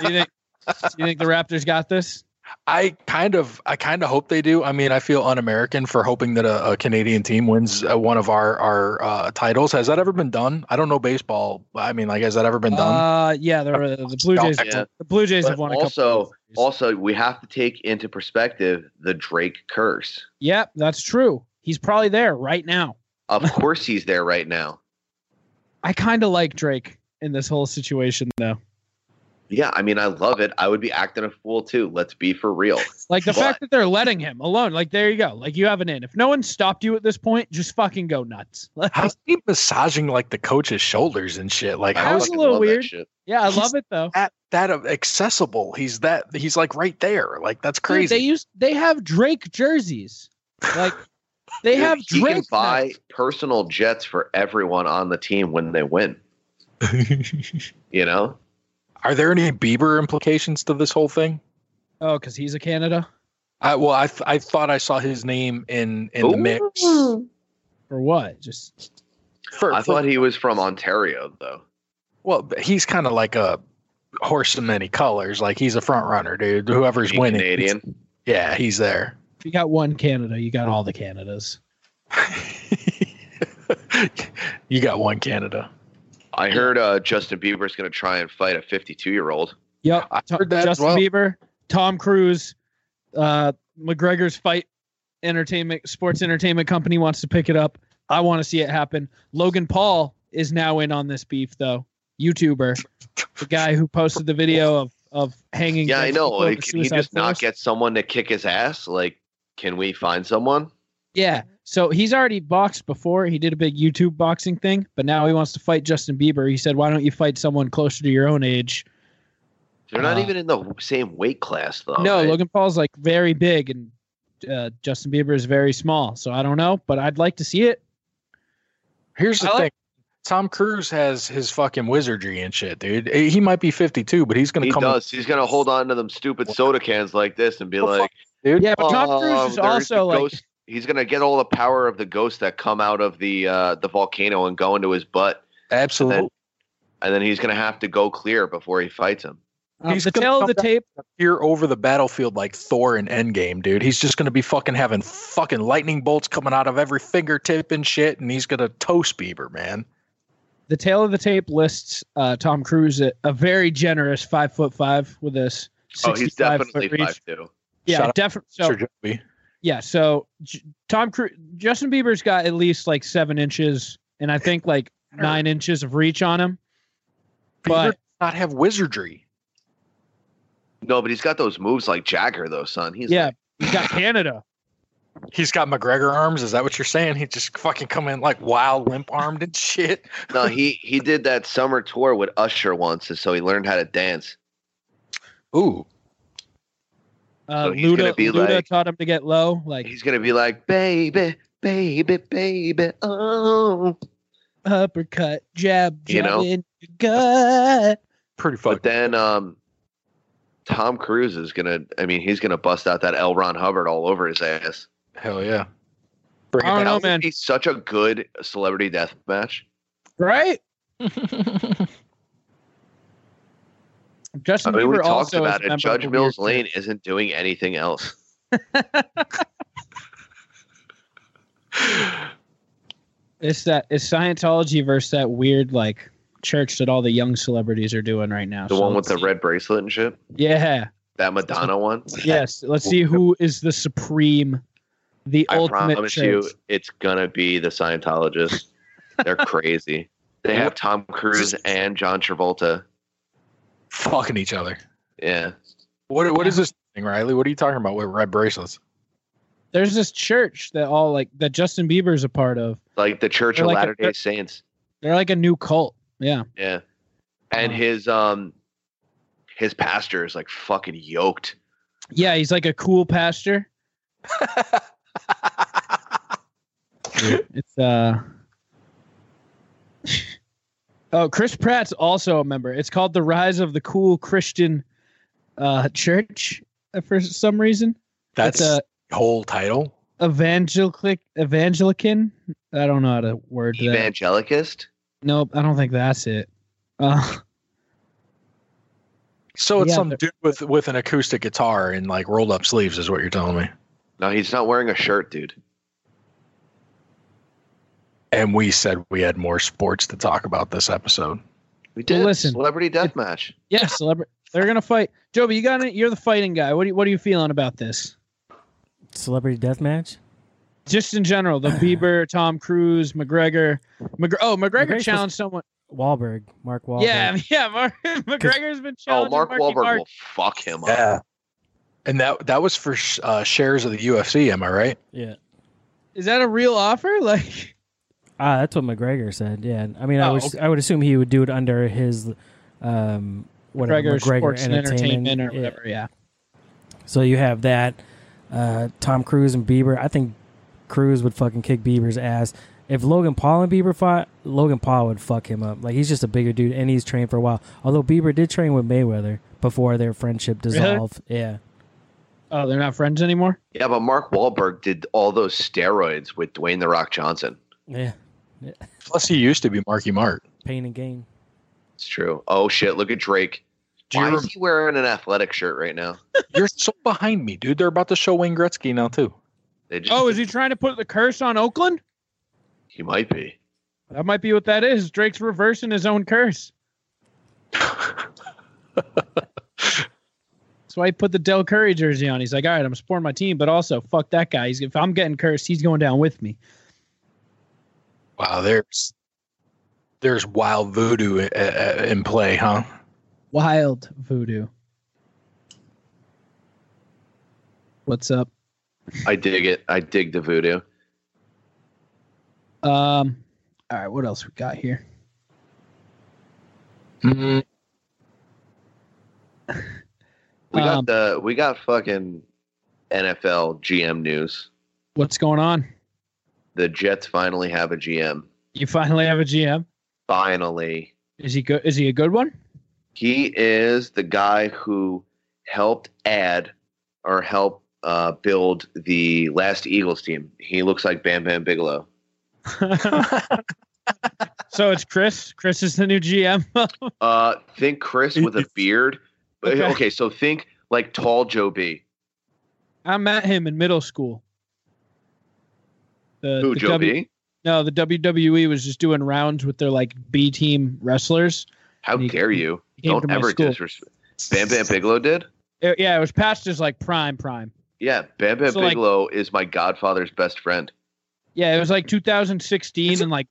Speaker 3: think? You think the Raptors got this?
Speaker 4: I kind of, I kind of hope they do. I mean, I feel un-American for hoping that a, a Canadian team wins uh, one of our our uh, titles. Has that ever been done? I don't know baseball. I mean, like, has that ever been done?
Speaker 3: Uh, yeah, the, the Blue Jays.
Speaker 5: Yeah.
Speaker 3: The Blue Jays have
Speaker 5: But
Speaker 3: won a
Speaker 5: also-
Speaker 3: couple. of series.
Speaker 5: also, we have to take into perspective the Drake curse.
Speaker 3: yep, that's true. He's probably there right now.
Speaker 5: Of course, he's there right now.
Speaker 3: I kind of like Drake in this whole situation, though.
Speaker 5: Yeah, I mean, I love it. I would be acting a fool too. Let's be for real.
Speaker 3: Like the
Speaker 5: But-
Speaker 3: fact that they're letting him alone. Like there you go. Like you have an in. If no one stopped you at this point, just fucking go nuts. Like,
Speaker 4: How's he massaging like the coach's shoulders and shit? Like
Speaker 5: I
Speaker 3: That was
Speaker 4: how's
Speaker 3: a
Speaker 5: fucking
Speaker 3: little
Speaker 5: love that
Speaker 3: weird.
Speaker 5: shit.
Speaker 3: yeah, I
Speaker 4: he's-
Speaker 3: love it though.
Speaker 4: that that accessible? He's that he's like right there. Like that's
Speaker 3: Dude,
Speaker 4: crazy.
Speaker 3: they use they have Drake jerseys. Like they
Speaker 5: Dude,
Speaker 3: have
Speaker 5: he
Speaker 3: Drake.
Speaker 5: can buy
Speaker 3: now.
Speaker 5: personal jets for everyone on the team when they win. You know,
Speaker 4: Are there any Bieber implications to this whole thing?
Speaker 3: Oh, because he's a Canada
Speaker 4: I, well, I th- I thought I saw his name in in the mix.
Speaker 5: Ooh.
Speaker 3: or what? Just
Speaker 4: For,
Speaker 5: I
Speaker 4: for-
Speaker 5: thought he was from Ontario though.
Speaker 4: well, but he's kind of like a horse in many colors. Like he's a front runner, dude. Whoever's
Speaker 5: Being
Speaker 4: winning,
Speaker 5: Canadian.
Speaker 4: yeah, he's there.
Speaker 3: if you got one Canada, you got all the Canadas.
Speaker 4: you got one Canada.
Speaker 5: I heard uh, Justin Bieber's going to try and fight a 52 year old.
Speaker 3: Yep.
Speaker 4: I
Speaker 3: To-
Speaker 4: heard that as
Speaker 3: Justin
Speaker 4: well.
Speaker 3: Bieber, Tom Cruise, uh, McGregor's fight entertainment sports entertainment company wants to pick it up. I want to see it happen. Logan Paul is now in on this beef though. YouTuber, the guy who posted the video of of hanging.
Speaker 5: Yeah,
Speaker 3: dead
Speaker 5: I know.
Speaker 3: people over
Speaker 5: Like, can he
Speaker 3: suicide
Speaker 5: just not
Speaker 3: forest.
Speaker 5: get someone to kick his ass? Like, can we find someone?
Speaker 3: Yeah. So he's already boxed before. He did a big YouTube boxing thing, but now he wants to fight Justin Bieber. He said, "Why don't you fight someone closer to your own age?"
Speaker 5: They're not
Speaker 3: Uh,
Speaker 5: even in the same weight class though.
Speaker 3: no,
Speaker 5: right?
Speaker 3: Logan Paul's like very big, and uh, Justin Bieber is very small. So I don't know, but I'd like to see it.
Speaker 4: Here's the
Speaker 3: I like-
Speaker 4: thing. Tom Cruise has his fucking wizardry and shit, dude. He might be 52, but he's gonna
Speaker 5: He
Speaker 4: come,
Speaker 5: does. He's gonna hold on to them stupid soda cans like this and be
Speaker 4: Well,
Speaker 5: like,
Speaker 4: dude.
Speaker 3: Yeah, but Tom
Speaker 5: "Oh,
Speaker 3: Cruise is
Speaker 5: there's the
Speaker 3: also like
Speaker 5: ghost." He's gonna get all the power of the ghosts that come out of the uh, the volcano and go into his butt,
Speaker 4: absolutely.
Speaker 5: and then he's gonna have to go clear before he fights him.
Speaker 3: um,
Speaker 4: he's
Speaker 3: the
Speaker 4: gonna
Speaker 3: tail of
Speaker 4: come
Speaker 3: the
Speaker 4: back.
Speaker 3: tape.
Speaker 4: Here over the battlefield like Thor in Endgame, dude. He's just gonna be fucking having fucking lightning bolts coming out of every fingertip and shit, and he's gonna toast Bieber, man.
Speaker 3: The tail of the tape lists uh, Tom Cruise at a very generous five foot five with this.
Speaker 5: Oh, he's
Speaker 3: 65 foot
Speaker 5: definitely
Speaker 3: reach.
Speaker 5: five two.
Speaker 3: Yeah,
Speaker 4: Shut up,
Speaker 3: definitely. So,
Speaker 4: Sir Joey.
Speaker 3: Yeah, so J- Tom Cruise, Justin Bieber's got at least like seven inches, and I think like nine inches of reach on him.
Speaker 4: Bieber
Speaker 3: But
Speaker 4: does not have wizardry.
Speaker 5: No, but he's got those moves like Jagger though, son. He's
Speaker 3: yeah,
Speaker 5: like,
Speaker 3: he's got Canada.
Speaker 4: He's got McGregor arms. Is that what you're saying? He just fucking come in like wild, limp armed and shit.
Speaker 5: no, he he did that summer tour with Usher once, and so he learned how to dance.
Speaker 4: Ooh,
Speaker 3: Uh,
Speaker 5: So he's
Speaker 3: Luda,
Speaker 5: gonna be
Speaker 3: Luda
Speaker 5: like-
Speaker 3: taught him to get low. Like,
Speaker 5: He's gonna be like, "Baby, baby, baby, oh."
Speaker 3: uppercut, jab, jab
Speaker 5: You know?
Speaker 3: in your gut.
Speaker 4: pretty fucking.
Speaker 5: But then um Tom Cruise is gonna I mean he's gonna bust out that L. Ron Hubbard all over his ass.
Speaker 4: Hell yeah. Bring
Speaker 3: I don't know,
Speaker 5: That would
Speaker 3: man.
Speaker 5: be such a good celebrity death match.
Speaker 3: Right?
Speaker 4: it back.
Speaker 5: I
Speaker 3: Justin
Speaker 5: mean, we
Speaker 3: Bieber
Speaker 5: talked
Speaker 3: also is
Speaker 5: about it.
Speaker 3: memorable
Speaker 5: Judge
Speaker 3: weird
Speaker 5: Mills
Speaker 3: too.
Speaker 5: Lane isn't doing anything else.
Speaker 3: It's that it's Scientology versus that weird like church that all the young celebrities are doing right now.
Speaker 5: The
Speaker 3: So
Speaker 5: one with the
Speaker 3: let's-
Speaker 5: red bracelet and shit.
Speaker 3: yeah.
Speaker 5: That Madonna one.
Speaker 3: Yes, let's see who is the supreme, the
Speaker 5: I
Speaker 3: ultimate
Speaker 5: promise
Speaker 3: church.
Speaker 5: you, it's gonna be the Scientologists. They're crazy. They have Tom Cruise and John Travolta.
Speaker 4: fucking each other.
Speaker 5: Yeah.
Speaker 4: What what is this thing, Riley? What are you talking about with red bracelets?
Speaker 3: There's this church that all like that Justin Bieber's a part of.
Speaker 5: Like the Church
Speaker 3: They're
Speaker 5: of
Speaker 3: like a-
Speaker 5: Latter day Saints.
Speaker 3: They're like a new cult. Yeah,
Speaker 5: Yeah. And
Speaker 3: Wow.
Speaker 5: his um his pastor is like fucking yoked.
Speaker 3: yeah. He's like a cool pastor. It's uh. oh, Chris Pratt's also a member. It's called the Rise of the Cool Christian uh, Church uh, for some reason.
Speaker 4: That's
Speaker 3: it's a
Speaker 4: the whole title.
Speaker 3: evangelic evangelican. I don't know how to word that.
Speaker 5: Evangelicist?
Speaker 3: Nope, I don't think that's it. Uh,
Speaker 4: So it's
Speaker 3: Yeah,
Speaker 4: some
Speaker 3: but-
Speaker 4: dude with with an acoustic guitar and like rolled up sleeves is what you're telling me.
Speaker 5: No, he's not wearing a shirt, dude.
Speaker 4: And we said we had more sports to talk about this episode.
Speaker 5: We did
Speaker 3: listen.
Speaker 5: celebrity death match.
Speaker 3: yeah, celebrity. They're gonna fight. Joby, you got it. You're the fighting guy. What do you, what are you feeling about this?
Speaker 6: Celebrity death match.
Speaker 3: Just in general, the Bieber, Tom Cruise, McGregor, McGregor. Oh, McGregor
Speaker 6: McGregor's
Speaker 3: challenged someone.
Speaker 6: Wahlberg, Mark Wahlberg.
Speaker 3: yeah, I mean, yeah. Mark, McGregor's been
Speaker 5: Oh,
Speaker 3: challenging.
Speaker 5: Mark
Speaker 3: Marky
Speaker 5: Wahlberg
Speaker 3: Mark.
Speaker 5: will fuck him up.
Speaker 4: Yeah. And that that was for sh- uh, shares of the UFC, am I right?
Speaker 6: yeah.
Speaker 3: Is that a real offer? Like,
Speaker 6: Ah, that's what McGregor said. Yeah, I mean, I
Speaker 3: Oh,
Speaker 6: would
Speaker 3: okay.
Speaker 6: I would assume he would do it under his um whatever
Speaker 3: McGregor,
Speaker 6: McGregor
Speaker 3: Sports and
Speaker 6: Entertainment,
Speaker 3: Entertainment or
Speaker 6: Yeah.
Speaker 3: whatever. Yeah.
Speaker 6: So you have that, uh, Tom Cruise and Bieber. I think Cruise would fucking kick Bieber's ass. If Logan Paul and Bieber fought, Logan Paul would fuck him up. Like he's just a bigger dude, and he's trained for a while. Although Bieber did train with Mayweather before their friendship dissolved. Yeah,
Speaker 3: Oh, they're not friends anymore.
Speaker 5: Yeah, but Mark Wahlberg did all those steroids with Dwayne the Rock Johnson.
Speaker 6: yeah,
Speaker 4: Plus, he used to be Marky Mark.
Speaker 6: pain and gain.
Speaker 5: It's true. Oh shit! Look at Drake.
Speaker 4: Do you
Speaker 5: Why is
Speaker 4: rem-
Speaker 5: he wearing an athletic shirt right now?
Speaker 4: you're so behind me, dude. They're about to show Wayne Gretzky now too.
Speaker 5: They just,
Speaker 3: Oh, is he trying to put the curse on Oakland?
Speaker 5: He might be.
Speaker 3: That might be what that is. Drake's reversing his own curse. That's why he put the Del Curry jersey on. He's like, all right, I'm supporting my team, but also fuck that guy. He's if I'm getting cursed, he's going down with me.
Speaker 4: Wow, there's there's wild voodoo in, uh, in play, huh?
Speaker 3: Wild voodoo. What's up?
Speaker 5: I dig it. I dig the voodoo.
Speaker 3: Um, all right, what else we got here?
Speaker 4: Mm,
Speaker 5: We got
Speaker 3: Um,
Speaker 5: the we got fucking NFL GM news.
Speaker 3: What's going on?
Speaker 5: The Jets finally have a GM.
Speaker 3: You finally have a GM.
Speaker 5: Finally,
Speaker 3: Is he good? Is he a good one?
Speaker 5: he is the guy who helped add or help uh, build the last Eagles team. He looks like Bam Bam Bigelow.
Speaker 3: so it's Chris. Chris is the new GM.
Speaker 5: Uh, think Chris with a beard. But-
Speaker 3: Okay.
Speaker 5: Okay. so think like tall Joe B.
Speaker 3: I met him in middle school. The,
Speaker 5: Who
Speaker 3: Uh, the
Speaker 5: Joe
Speaker 3: W-
Speaker 5: B?
Speaker 3: No, the WWE was just doing rounds with their like B team wrestlers.
Speaker 5: How
Speaker 3: He-
Speaker 5: dare you?
Speaker 3: he came
Speaker 5: Don't
Speaker 3: to my
Speaker 5: ever
Speaker 3: school.
Speaker 5: disrespect. Bam Bam Bigelow did.
Speaker 3: It- yeah, it was past his like prime prime.
Speaker 5: Yeah, Bam Bam
Speaker 3: So, like-
Speaker 5: Bigelow is my godfather's best friend.
Speaker 3: Yeah, it was like 2016 and like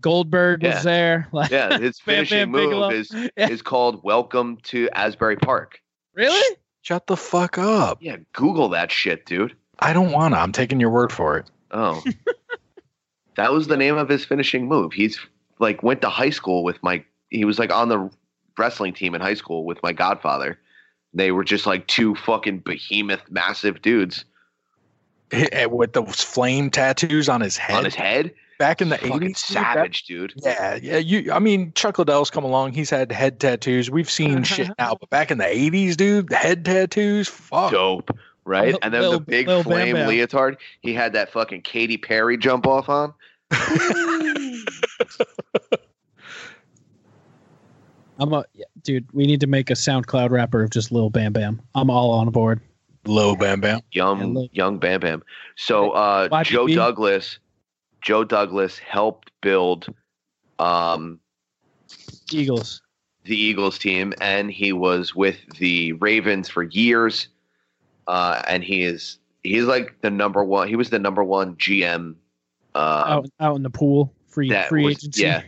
Speaker 3: Goldberg
Speaker 5: Yeah.
Speaker 3: was there. Like
Speaker 5: Yeah, his
Speaker 3: Bam
Speaker 5: finishing
Speaker 3: Bam
Speaker 5: move
Speaker 3: Bigelow.
Speaker 5: is
Speaker 3: Yeah.
Speaker 5: is called Welcome to Asbury Park.
Speaker 3: Really?
Speaker 4: Shut the fuck up!
Speaker 5: Yeah, Google that shit, dude.
Speaker 4: I don't wanna. I'm taking your word for it.
Speaker 5: Oh. that was the name of his finishing move. He's like went to high school with my he was like on the wrestling team in high school with my godfather. They were just like two fucking behemoth massive dudes
Speaker 4: Eh, With those flame tattoos on his head,
Speaker 5: on his head.
Speaker 4: back in the
Speaker 5: fucking
Speaker 4: eighties,
Speaker 5: savage, dude.
Speaker 4: Yeah, yeah. You, I mean, Chuck Liddell's come along. He's had head tattoos. We've seen shit now, but back in the eighties, dude, head tattoos. Fuck.
Speaker 5: Dope. Right?
Speaker 3: Lil-
Speaker 5: And then
Speaker 3: Lil-
Speaker 5: the big
Speaker 3: Lil Bam
Speaker 5: flame
Speaker 3: Bam.
Speaker 5: leotard, he had that fucking Katy Perry jump off on.
Speaker 3: I'm a yeah, dude. We need to make a SoundCloud rapper of just Lil Bam Bam. I'm all on board.
Speaker 4: Low bam bam.
Speaker 5: young
Speaker 3: Yeah, look.
Speaker 5: young Bam Bam. So uh,
Speaker 3: YPB.
Speaker 5: Joe Douglas, Joe Douglas helped build um,
Speaker 3: Eagles.
Speaker 5: the Eagles team, and he was with the Ravens for years. Uh, and he is he's like the number one. He was the number one GM. Uh,
Speaker 3: out, out in the pool, free
Speaker 5: that
Speaker 3: free
Speaker 5: was-
Speaker 3: agency.
Speaker 5: yeah.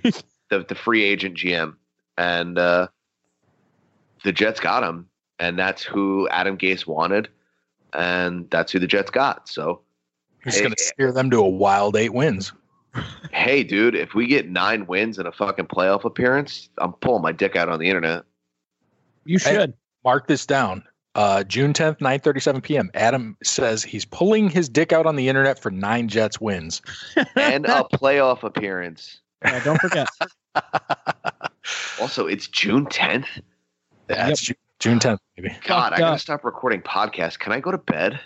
Speaker 5: the the free agent GM, and uh, the Jets got him, and that's who Adam Gase wanted, and that's who the Jets got. So
Speaker 4: He's
Speaker 5: Hey,
Speaker 4: gonna steer them to a wild eight wins.
Speaker 5: hey, dude, if we get nine wins and a fucking playoff appearance, I'm pulling my dick out on the internet.
Speaker 3: you should.
Speaker 4: Mark this down. Uh, June tenth, nine thirty-seven p.m. Adam says he's pulling his dick out on the internet for nine Jets wins.
Speaker 5: And a playoff appearance.
Speaker 3: Yeah, don't forget.
Speaker 5: Also, it's June 10th.
Speaker 4: That's June tenth, maybe.
Speaker 5: God, I
Speaker 3: Fucked
Speaker 5: gotta
Speaker 3: up.
Speaker 5: stop recording podcasts. Can I go to bed?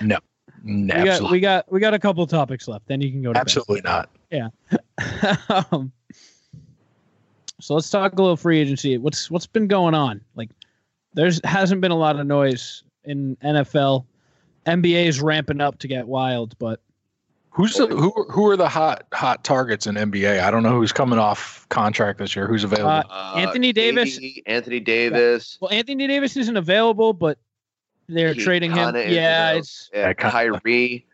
Speaker 4: Nah,
Speaker 3: we got
Speaker 4: absolutely,
Speaker 3: we got we got a couple topics left. Then you can go to bed.
Speaker 4: absolutely not.
Speaker 3: um, so let's talk a little free agency. What's what's been going on? Like, there's hasn't been a lot of noise in NFL. NBA is ramping up to get wild, but
Speaker 4: Who's the, who? Who are the hot hot targets in NBA? I don't know who's coming off contract this year. Who's available?
Speaker 3: Uh,
Speaker 5: Uh,
Speaker 3: Anthony Davis-
Speaker 5: KD, Anthony Davis.
Speaker 3: well, Anthony Davis isn't available, but they're
Speaker 5: He
Speaker 3: trading him.
Speaker 5: kinda is
Speaker 3: Yeah,
Speaker 5: available.
Speaker 3: it's
Speaker 5: Yeah,
Speaker 4: I kinda-
Speaker 5: Kyrie.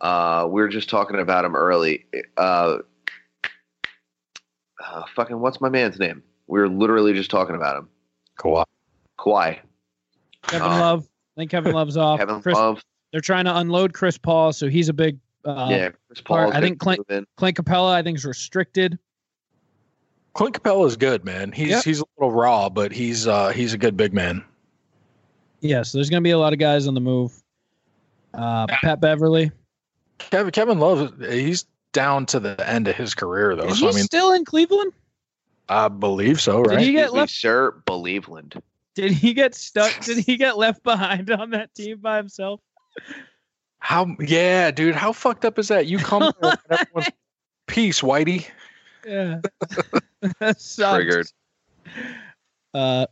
Speaker 5: Uh, we were just talking about him early. Uh, uh, fucking what's my man's name? We were literally just talking about him.
Speaker 4: Kawhi.
Speaker 5: Kawhi.
Speaker 3: Kevin
Speaker 5: Uh,
Speaker 3: Love. I think Kevin Love's off.
Speaker 5: Kevin
Speaker 3: Uh, Chris,
Speaker 5: Love.
Speaker 3: They're trying to unload Chris Paul, so he's a big. Uh,
Speaker 5: yeah, Chris Paul.
Speaker 3: I think Clint- Clint Capella, I think, is restricted.
Speaker 4: Clint Capella is good, man. He's
Speaker 3: Yep.
Speaker 4: he's a little raw, but he's uh he's a good big man.
Speaker 3: Yeah, so there's going to be a lot of guys on the move. Uh, Pat Beverly.
Speaker 4: Kevin Kevin Love, he's down to the end of his career though.
Speaker 3: Is
Speaker 4: so
Speaker 3: he
Speaker 4: I mean,
Speaker 3: still in Cleveland?
Speaker 4: I believe so,
Speaker 3: Did
Speaker 4: right?
Speaker 3: he get
Speaker 5: Excuse me,
Speaker 3: left?
Speaker 5: Sir Believeland.
Speaker 3: Did he get stuck? Did he get left behind on that team by himself?
Speaker 4: How? Yeah, dude. How fucked up is that? You come there and everyone's peace, Whitey.
Speaker 3: Yeah. that sucks.
Speaker 5: Triggered.
Speaker 3: Uh,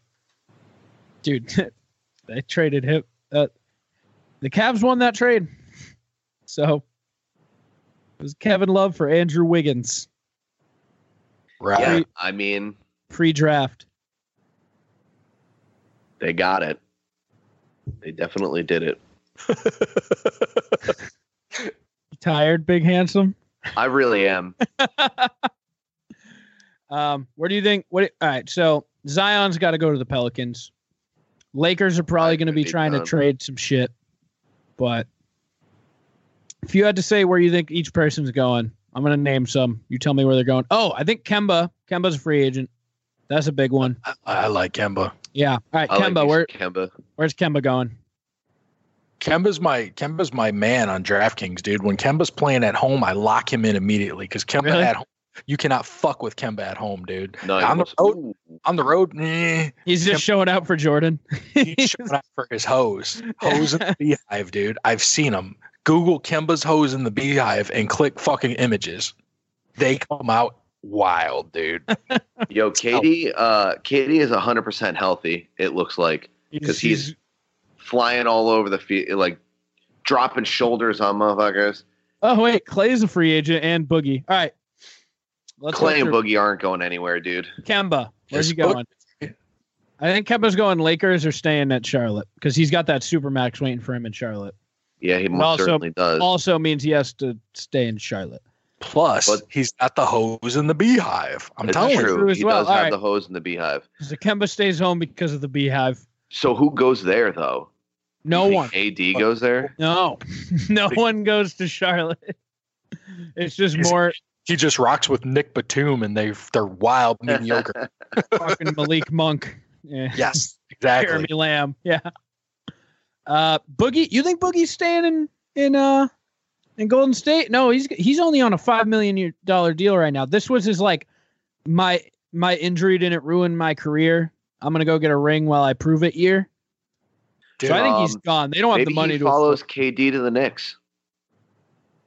Speaker 3: dude, they traded him. Uh, the Cavs won that trade. So it was Kevin Love for Andrew Wiggins
Speaker 4: Right.
Speaker 5: Yeah, I mean,
Speaker 3: pre draft.
Speaker 5: they got it. They definitely did it.
Speaker 3: Tired, big handsome.
Speaker 5: I really am.
Speaker 3: Um, where do you think? What? All right, so Zion's got to go to the Pelicans. Lakers are probably
Speaker 5: Right,
Speaker 3: going to be
Speaker 5: they
Speaker 3: trying to
Speaker 5: done.
Speaker 3: trade some shit, but if you had to say where you think each person's going, I'm going to name some. You tell me where they're going. Oh, I think Kemba. Kemba's a free agent. That's a big one.
Speaker 4: I, I like Kemba.
Speaker 3: Yeah. All right,
Speaker 5: I like
Speaker 3: Kemba.
Speaker 5: these-
Speaker 3: where
Speaker 5: Kemba.
Speaker 3: where's Kemba going?
Speaker 4: Kemba's my Kemba's my man on DraftKings, dude. When Kemba's playing at home, I lock him in immediately because Kemba
Speaker 3: Really?
Speaker 4: at home, you cannot fuck with Kemba at home, dude.
Speaker 5: No,
Speaker 4: I'm
Speaker 5: what's-
Speaker 4: out.
Speaker 5: ooh,
Speaker 4: On the road, eh,
Speaker 3: He's just
Speaker 4: Kemba.
Speaker 3: showing out for Jordan.
Speaker 4: he's showing up for his hose, hose in the beehive, dude. I've seen him. Google Kemba's hose in the beehive and click fucking images. They come out wild, dude.
Speaker 5: yo, Katie. Uh, Katie is hundred percent healthy. It looks like because he's flying all over the field, like dropping shoulders on motherfuckers.
Speaker 3: Oh wait, Clay's a free agent and Boogie. All right. Let's go
Speaker 5: Clay and
Speaker 3: through-
Speaker 5: Boogie aren't going anywhere, dude.
Speaker 3: Kemba, where's he
Speaker 4: Yes.
Speaker 3: going? I think Kemba's going Lakers or staying at Charlotte because he's got that supermax waiting for him in Charlotte.
Speaker 5: Yeah, he most
Speaker 3: also-
Speaker 5: certainly does.
Speaker 3: Also means he has to stay in Charlotte.
Speaker 4: Plus,
Speaker 5: But-
Speaker 4: he's got the hose in the beehive. I'm
Speaker 5: It's
Speaker 4: telling you.
Speaker 5: true.
Speaker 3: True as
Speaker 5: He
Speaker 3: well.
Speaker 5: does
Speaker 3: All
Speaker 5: have
Speaker 3: right.
Speaker 5: the hose in the beehive.
Speaker 3: So Kemba stays home because of the beehive.
Speaker 5: So who goes there though?
Speaker 3: No
Speaker 5: You
Speaker 3: one.
Speaker 5: think AD goes there.
Speaker 3: No. no one goes to Charlotte. It's just more
Speaker 4: He just rocks with Nick Batum, and they they're wild mediocre.
Speaker 3: fucking Malik Monk. Yeah.
Speaker 4: yes, exactly.
Speaker 3: Jeremy Lamb. Yeah. Uh Boogie, you think Boogie's staying in in uh in Golden State? No, he's he's only on a 5 million dollar deal right now. This was his like my my injury didn't ruin my career. I'm going to go get a ring while I prove it year.
Speaker 4: Dude,
Speaker 3: so I think he's
Speaker 5: um,
Speaker 3: gone. They don't have
Speaker 5: Maybe
Speaker 3: the money
Speaker 5: he
Speaker 3: to
Speaker 5: follows KD to the Knicks.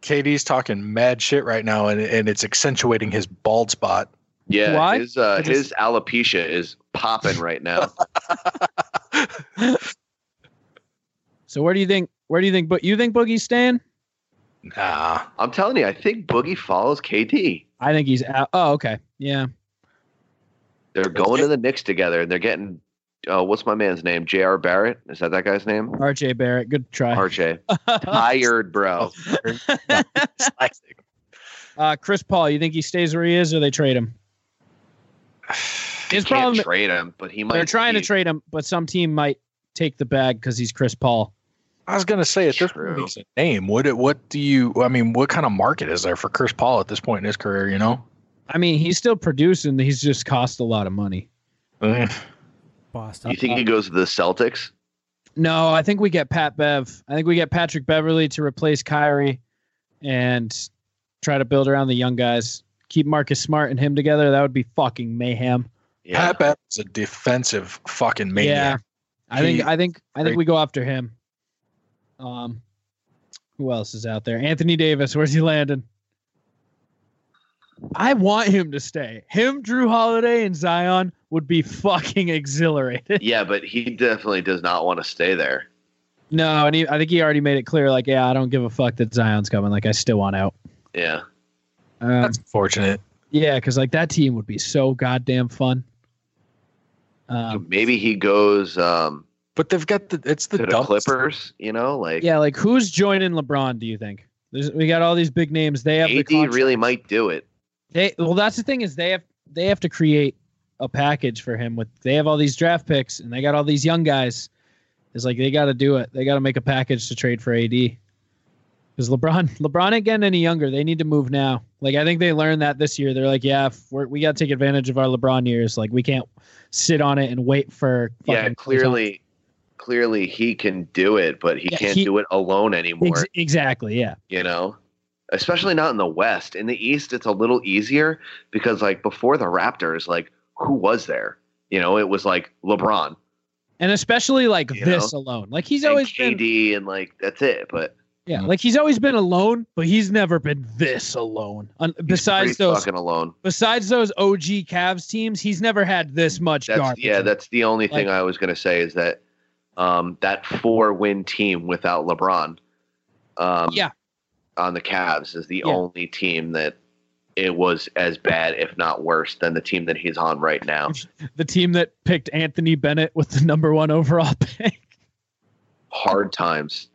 Speaker 4: KD's talking mad shit right now, and, and it's accentuating his bald spot.
Speaker 5: Yeah,
Speaker 3: Why?
Speaker 5: his uh,
Speaker 3: Because-
Speaker 5: his alopecia is popping right now.
Speaker 3: So where do you think where do you think but you think Boogie's staying?
Speaker 4: Nah,
Speaker 5: I'm telling you, I think Boogie follows KD.
Speaker 3: I think he's out. Oh, okay. Yeah.
Speaker 5: They're going to the Knicks together, and they're getting uh, what's my man's name? J.R. Barrett. Is that that guy's name?
Speaker 3: RJ Barrett, good try.
Speaker 5: RJ. Tired,
Speaker 3: Oh,
Speaker 5: bro.
Speaker 4: Dyslexic.
Speaker 3: Uh Chris Paul, you think he stays where he is or they trade him?
Speaker 5: You
Speaker 3: His
Speaker 5: can't
Speaker 3: problem
Speaker 5: trade him, but he might.
Speaker 3: They're trying to
Speaker 5: be-
Speaker 3: trade him, but some team might take the bag because he's Chris Paul.
Speaker 4: I was gonna say at this point,
Speaker 5: True.
Speaker 4: he's a name. What it- what do you? I mean, what kind of market is there for Chris Paul at this point in his career? You know,
Speaker 3: I mean, he's still producing. He's just cost a lot of money.
Speaker 5: Mm,
Speaker 4: Eh,
Speaker 6: Boston.
Speaker 5: You think he goes to the Celtics?
Speaker 3: No, I think we get Pat Bev. I think we get Patrick Beverly to replace Kyrie and try to build around the young guys. Keep Marcus Smart and him together. That would be fucking mayhem.
Speaker 5: Yeah.
Speaker 4: Pat Bev is a defensive fucking maniac.
Speaker 3: I think
Speaker 4: He-
Speaker 3: I think I think we go after him. Um who else is out there? Anthony Davis, where's he landing? I want him to stay. Him, Drew Holiday, and Zion would be fucking exhilarated.
Speaker 5: yeah, but he definitely does not want to stay there.
Speaker 3: No, and he, I think he already made it clear, like, yeah, I don't give a fuck that Zion's coming. Like, I still want out.
Speaker 5: Yeah.
Speaker 3: Um,
Speaker 4: That's unfortunate.
Speaker 3: yeah, because like that team would be so goddamn fun. Um,
Speaker 5: Maybe he goes um,
Speaker 4: But they've got the it's the
Speaker 5: to the
Speaker 4: dumbest-
Speaker 5: Clippers, you know? Like,
Speaker 3: yeah, like who's joining LeBron? Do you think? There's, we got all these big names. They have the
Speaker 5: AD
Speaker 3: contract.
Speaker 5: really might do it.
Speaker 3: They well, that's the thing is they have they have to create a package for him with they have all these draft picks and they got all these young guys. It's like they got to do it. They got to make a package to trade for AD. Because LeBron, LeBron ain't getting any younger. They need to move now. Like I think they learned that this year. They're like, yeah, if we're, we got to take advantage of our LeBron years. Like we can't sit on it and wait for.
Speaker 5: yeah,
Speaker 3: fucking-
Speaker 5: clearly, clearly he can do it, but he
Speaker 3: Yeah,
Speaker 5: can't
Speaker 3: he-
Speaker 5: do it alone anymore.
Speaker 3: Ex- exactly. Yeah.
Speaker 5: you know especially not in the west in the east it's a little easier because like before the raptors like who was there you know it was like lebron
Speaker 3: and especially like
Speaker 5: You
Speaker 3: this alone. Like he's
Speaker 5: and
Speaker 3: always
Speaker 5: kd
Speaker 3: been,
Speaker 5: and like that's it but
Speaker 3: yeah, like he's always been alone, but he's never been this alone. Un-
Speaker 5: he's
Speaker 3: besides
Speaker 5: pretty
Speaker 3: those,
Speaker 5: fucking alone
Speaker 3: besides those OG Cavs teams, he's never had this much
Speaker 5: that's
Speaker 3: garbage.
Speaker 5: yeah that's the only thing i was going to say is that um that four win team without lebron um
Speaker 3: Yeah.
Speaker 5: on the Cavs is the
Speaker 3: Yeah.
Speaker 5: only team that it was as bad if not worse than the team that he's on right now
Speaker 3: the team that picked Anthony Bennett with the number one overall pick,
Speaker 5: hard times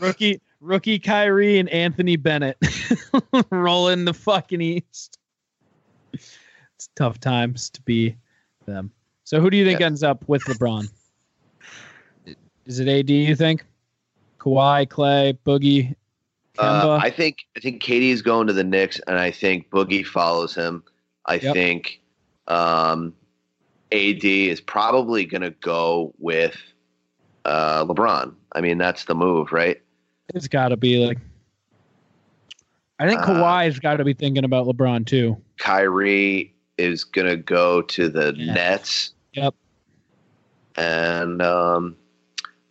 Speaker 3: rookie rookie Kyrie and Anthony Bennett rolling the fucking East. It's tough times to be them. So who do you think
Speaker 5: Yeah.
Speaker 3: ends up with LeBron? Is it AD? You think? Kawhi, Clay, Boogie,
Speaker 5: Uh,
Speaker 3: Kemba.
Speaker 5: I think I think Katie's going to the Knicks, and I think Boogie follows him. I
Speaker 3: Yep.
Speaker 5: think um, AD is probably going to go with uh, LeBron. I mean, that's the move, right?
Speaker 3: It's got to be like. I think
Speaker 5: Uh,
Speaker 3: Kawhi's got to be thinking about LeBron too.
Speaker 5: Kyrie is going to go to the
Speaker 3: Yeah.
Speaker 5: Nets.
Speaker 3: Yep.
Speaker 5: And um,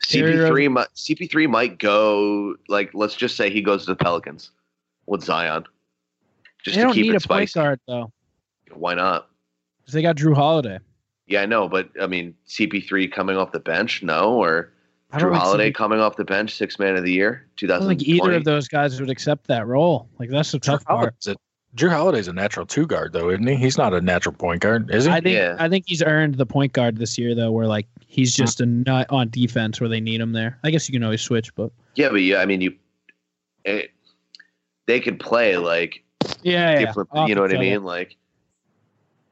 Speaker 3: Terry
Speaker 5: CP3 might CP3 might go like let's just say he goes to the Pelicans with Zion. Just
Speaker 3: they
Speaker 5: to
Speaker 3: don't
Speaker 5: keep
Speaker 3: need a
Speaker 5: it spicy.
Speaker 3: point guard though,
Speaker 5: Why not?
Speaker 3: 'cause they got Drew Holiday.
Speaker 5: Yeah, I know, but I mean, CP3 coming off the bench, no, or
Speaker 3: I
Speaker 5: Drew
Speaker 3: think
Speaker 5: Holiday
Speaker 3: CP3
Speaker 5: coming off the bench, six man of the year,
Speaker 3: I don't think either
Speaker 5: 2020.
Speaker 3: of those guys would accept that role. Like that's the tough part.
Speaker 4: Holiday's a, Drew Holiday's a natural two guard, though, isn't he? He's not a natural point guard, is he?
Speaker 3: I think
Speaker 5: Yeah.
Speaker 3: I think he's earned the point guard this year though, where like he's just a nut on defense where they need him there. I guess you can always switch, but
Speaker 5: Yeah, but yeah, I mean, you, it, they could play like
Speaker 3: yeah, yeah,
Speaker 5: different.
Speaker 3: off
Speaker 5: You know what
Speaker 3: each
Speaker 5: I
Speaker 3: other.
Speaker 5: mean? Like,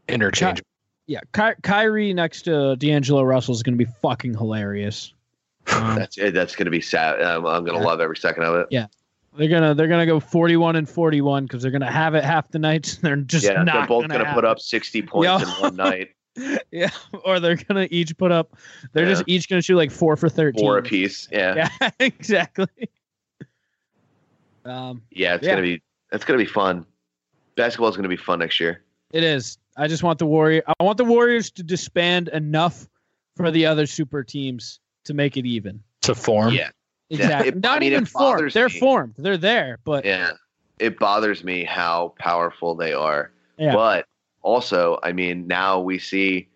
Speaker 4: Interchange.
Speaker 3: Yeah, Ky- Kyrie next to D'Angelo Russell is going to be fucking hilarious. Um,
Speaker 5: that's it, that's gonna be sad. I'm, I'm gonna
Speaker 3: Yeah.
Speaker 5: love every second of it.
Speaker 3: They're gonna they're gonna go forty one and forty one because they're gonna have it half the nights. And they're just
Speaker 5: yeah,
Speaker 3: not
Speaker 5: they're both gonna,
Speaker 3: have
Speaker 5: put
Speaker 3: it.
Speaker 5: up 60 points
Speaker 3: Yeah.
Speaker 5: in one night,
Speaker 3: yeah, or they're gonna each put up. They're just each gonna shoot like four for thirteen.
Speaker 5: four apiece. Yeah, yeah,
Speaker 3: Yeah, exactly. Um,
Speaker 5: it's
Speaker 3: Yeah.
Speaker 5: gonna be that's gonna be fun. Basketball's gonna be fun next year.
Speaker 3: it is. I just want the warrior. I want the Warriors to disband enough for the other super teams to make it even.
Speaker 4: to form.
Speaker 5: Yeah.
Speaker 3: Exactly.
Speaker 5: it- I
Speaker 3: Not
Speaker 5: mean, it
Speaker 3: even formed.
Speaker 5: bothers
Speaker 3: They're
Speaker 5: me.
Speaker 3: formed. They're there, but
Speaker 5: yeah it bothers me how powerful they are
Speaker 3: Yeah.
Speaker 5: but also i mean now we see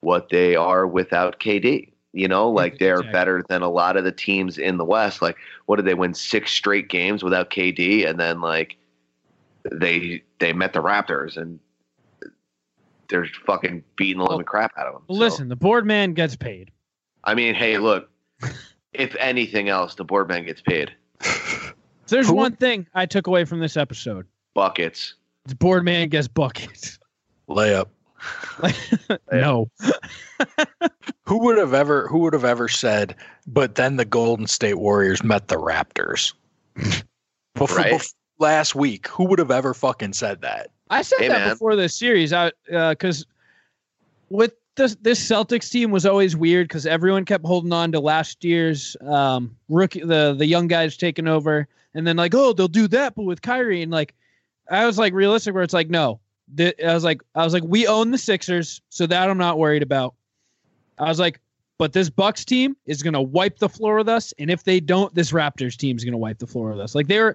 Speaker 5: what they are without kd you know like they're
Speaker 3: Exactly.
Speaker 5: better than a lot of the teams in the west like what did they win six straight games without kd and then like they they met the raptors and they're fucking beating the living crap out of them
Speaker 3: Well,
Speaker 5: So,
Speaker 3: listen, the board man gets paid.
Speaker 5: i mean hey look if anything else the board man gets paid
Speaker 3: If there's
Speaker 4: Who-
Speaker 3: one thing I took away from this episode.
Speaker 5: buckets
Speaker 3: The board man gets buckets.
Speaker 4: Layup.
Speaker 3: No.
Speaker 4: Who would have ever who would have ever said, but then the Golden State Warriors met the Raptors? Before,
Speaker 5: Right.
Speaker 4: bef- last week, who would have ever fucking said that?
Speaker 3: I said
Speaker 5: Hey,
Speaker 3: that
Speaker 5: man.
Speaker 3: before this series. I because with this this Celtics team was always weird because everyone kept holding on to last year's um, rookie the the young guys taking over and then like oh they'll do that but with Kyrie and like I was like realistic where it's like no Th- I was like I was like we own the Sixers so that I'm not worried about I was like but this Bucks team is gonna wipe the floor with us and if they don't this Raptors team is gonna wipe the floor with us like they were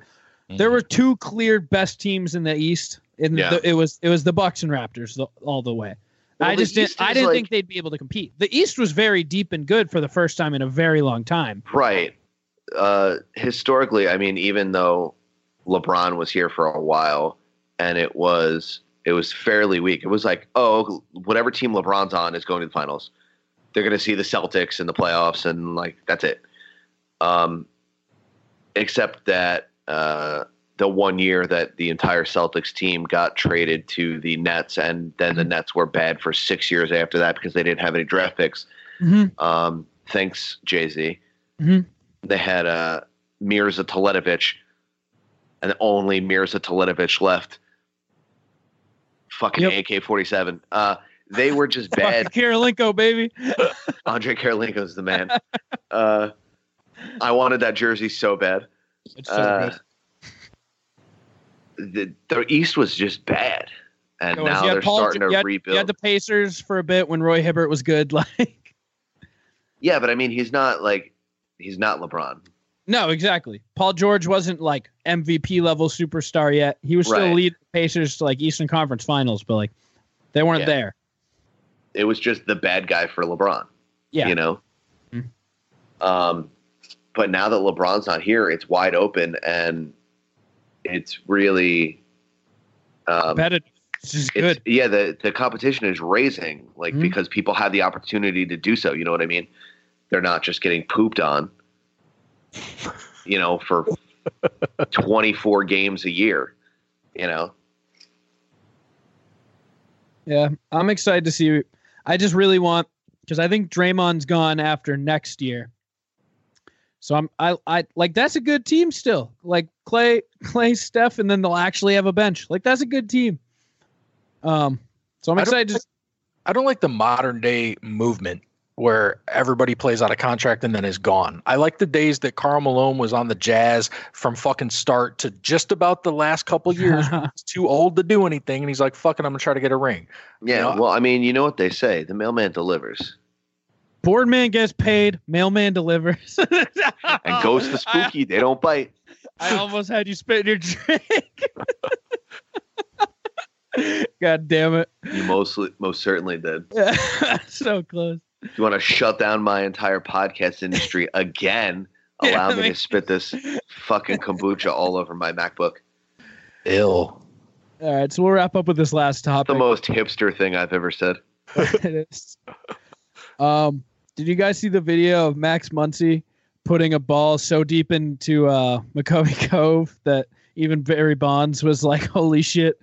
Speaker 3: there
Speaker 4: Mm-hmm.
Speaker 3: were two clear best teams in the East. In
Speaker 5: Yeah.
Speaker 3: the, it was it was the Bucks and Raptors the, all the way.
Speaker 5: Well,
Speaker 3: I
Speaker 5: the
Speaker 3: just didn't
Speaker 5: East
Speaker 3: I
Speaker 5: is
Speaker 3: didn't
Speaker 5: like-
Speaker 3: think they'd be able to compete. The East was very deep and good for the first time in a very long time.
Speaker 5: Right. Uh, historically, I mean, even though LeBron was here for a while, and it was it was fairly weak. It was like, oh, whatever team LeBron's on is going to the finals. They're going to see the Celtics in the playoffs, and like that's it. Um, except that uh, the one year that the entire Celtics team got traded to the Nets, and then the Nets were bad for six years after that because they didn't have any draft picks.
Speaker 3: Mhm.
Speaker 5: Um, thanks, Jay Z.
Speaker 3: Mhm.
Speaker 5: They had uh, Mirza Teletovic, and only Mirza Teletovic left. Fucking AK forty seven. Uh, they were just bad.
Speaker 3: Fucking Kirilenko, baby.
Speaker 5: Andre Karolinko's the man. uh, I wanted that jersey so bad.
Speaker 3: It's so
Speaker 5: Uh,
Speaker 3: good.
Speaker 5: The, the East was just bad, and
Speaker 3: It was-
Speaker 5: now
Speaker 3: you had
Speaker 5: they're
Speaker 3: Paul-
Speaker 5: starting to
Speaker 3: you had-
Speaker 5: rebuild.
Speaker 3: You had the Pacers for a bit when Roy Hibbert was good. Like,
Speaker 5: yeah, but I mean, he's not like he's not LeBron.
Speaker 3: no, exactly. Paul George wasn't like MVP level superstar yet. He was still
Speaker 5: Right.
Speaker 3: leading the Pacers to like Eastern Conference Finals, but like they weren't
Speaker 5: Yeah.
Speaker 3: there.
Speaker 5: It was just the bad guy for LeBron.
Speaker 3: Yeah.
Speaker 5: you know.
Speaker 3: Mhm.
Speaker 5: Um, but now that LeBron's not here, it's wide open, and it's really um,
Speaker 3: Competitive. This is
Speaker 5: it's,
Speaker 3: good.
Speaker 5: yeah the, the competition is raising like
Speaker 3: Mhm.
Speaker 5: because people have the opportunity to do so you know what i mean they're not just getting pooped on you know for 24 games a year you know
Speaker 3: Yeah, I'm excited to see. I just really want because I think Draymond's gone after next year. So I'm I I like that's a good team still. Like Clay, Clay, Steph, and then they'll actually have a bench. Like that's a good team. Um, so I'm
Speaker 4: I don't
Speaker 3: excited. Just
Speaker 4: I don't like the modern day movement where everybody plays out a contract and then is gone. I like the days that Carl Malone was on the Jazz from fucking start to just about the last couple years. He's too old to do anything, and he's like, "Fucking, I'm gonna try to get a ring."
Speaker 5: yeah
Speaker 4: No.
Speaker 5: well i mean you know what they say the mailman delivers
Speaker 3: Boardman gets paid, mailman delivers,
Speaker 5: and goes to
Speaker 3: I,
Speaker 5: spooky they don't bite
Speaker 3: I almost had you spit in your drink. God damn it!
Speaker 5: you mostly most certainly did
Speaker 3: so close.
Speaker 5: you want to shut down my entire podcast industry again
Speaker 3: Yeah,
Speaker 5: allow me to
Speaker 3: make-
Speaker 5: spit this fucking kombucha all over my macbook
Speaker 4: Ill.
Speaker 3: All right, so we'll wrap up with this last
Speaker 5: the
Speaker 3: topic.
Speaker 5: most hipster thing i've ever said
Speaker 3: It is. um, did you guys see the video of Max Muncie putting a ball so deep into uh, McCovey Cove that even Barry Bonds was like, "Holy shit!"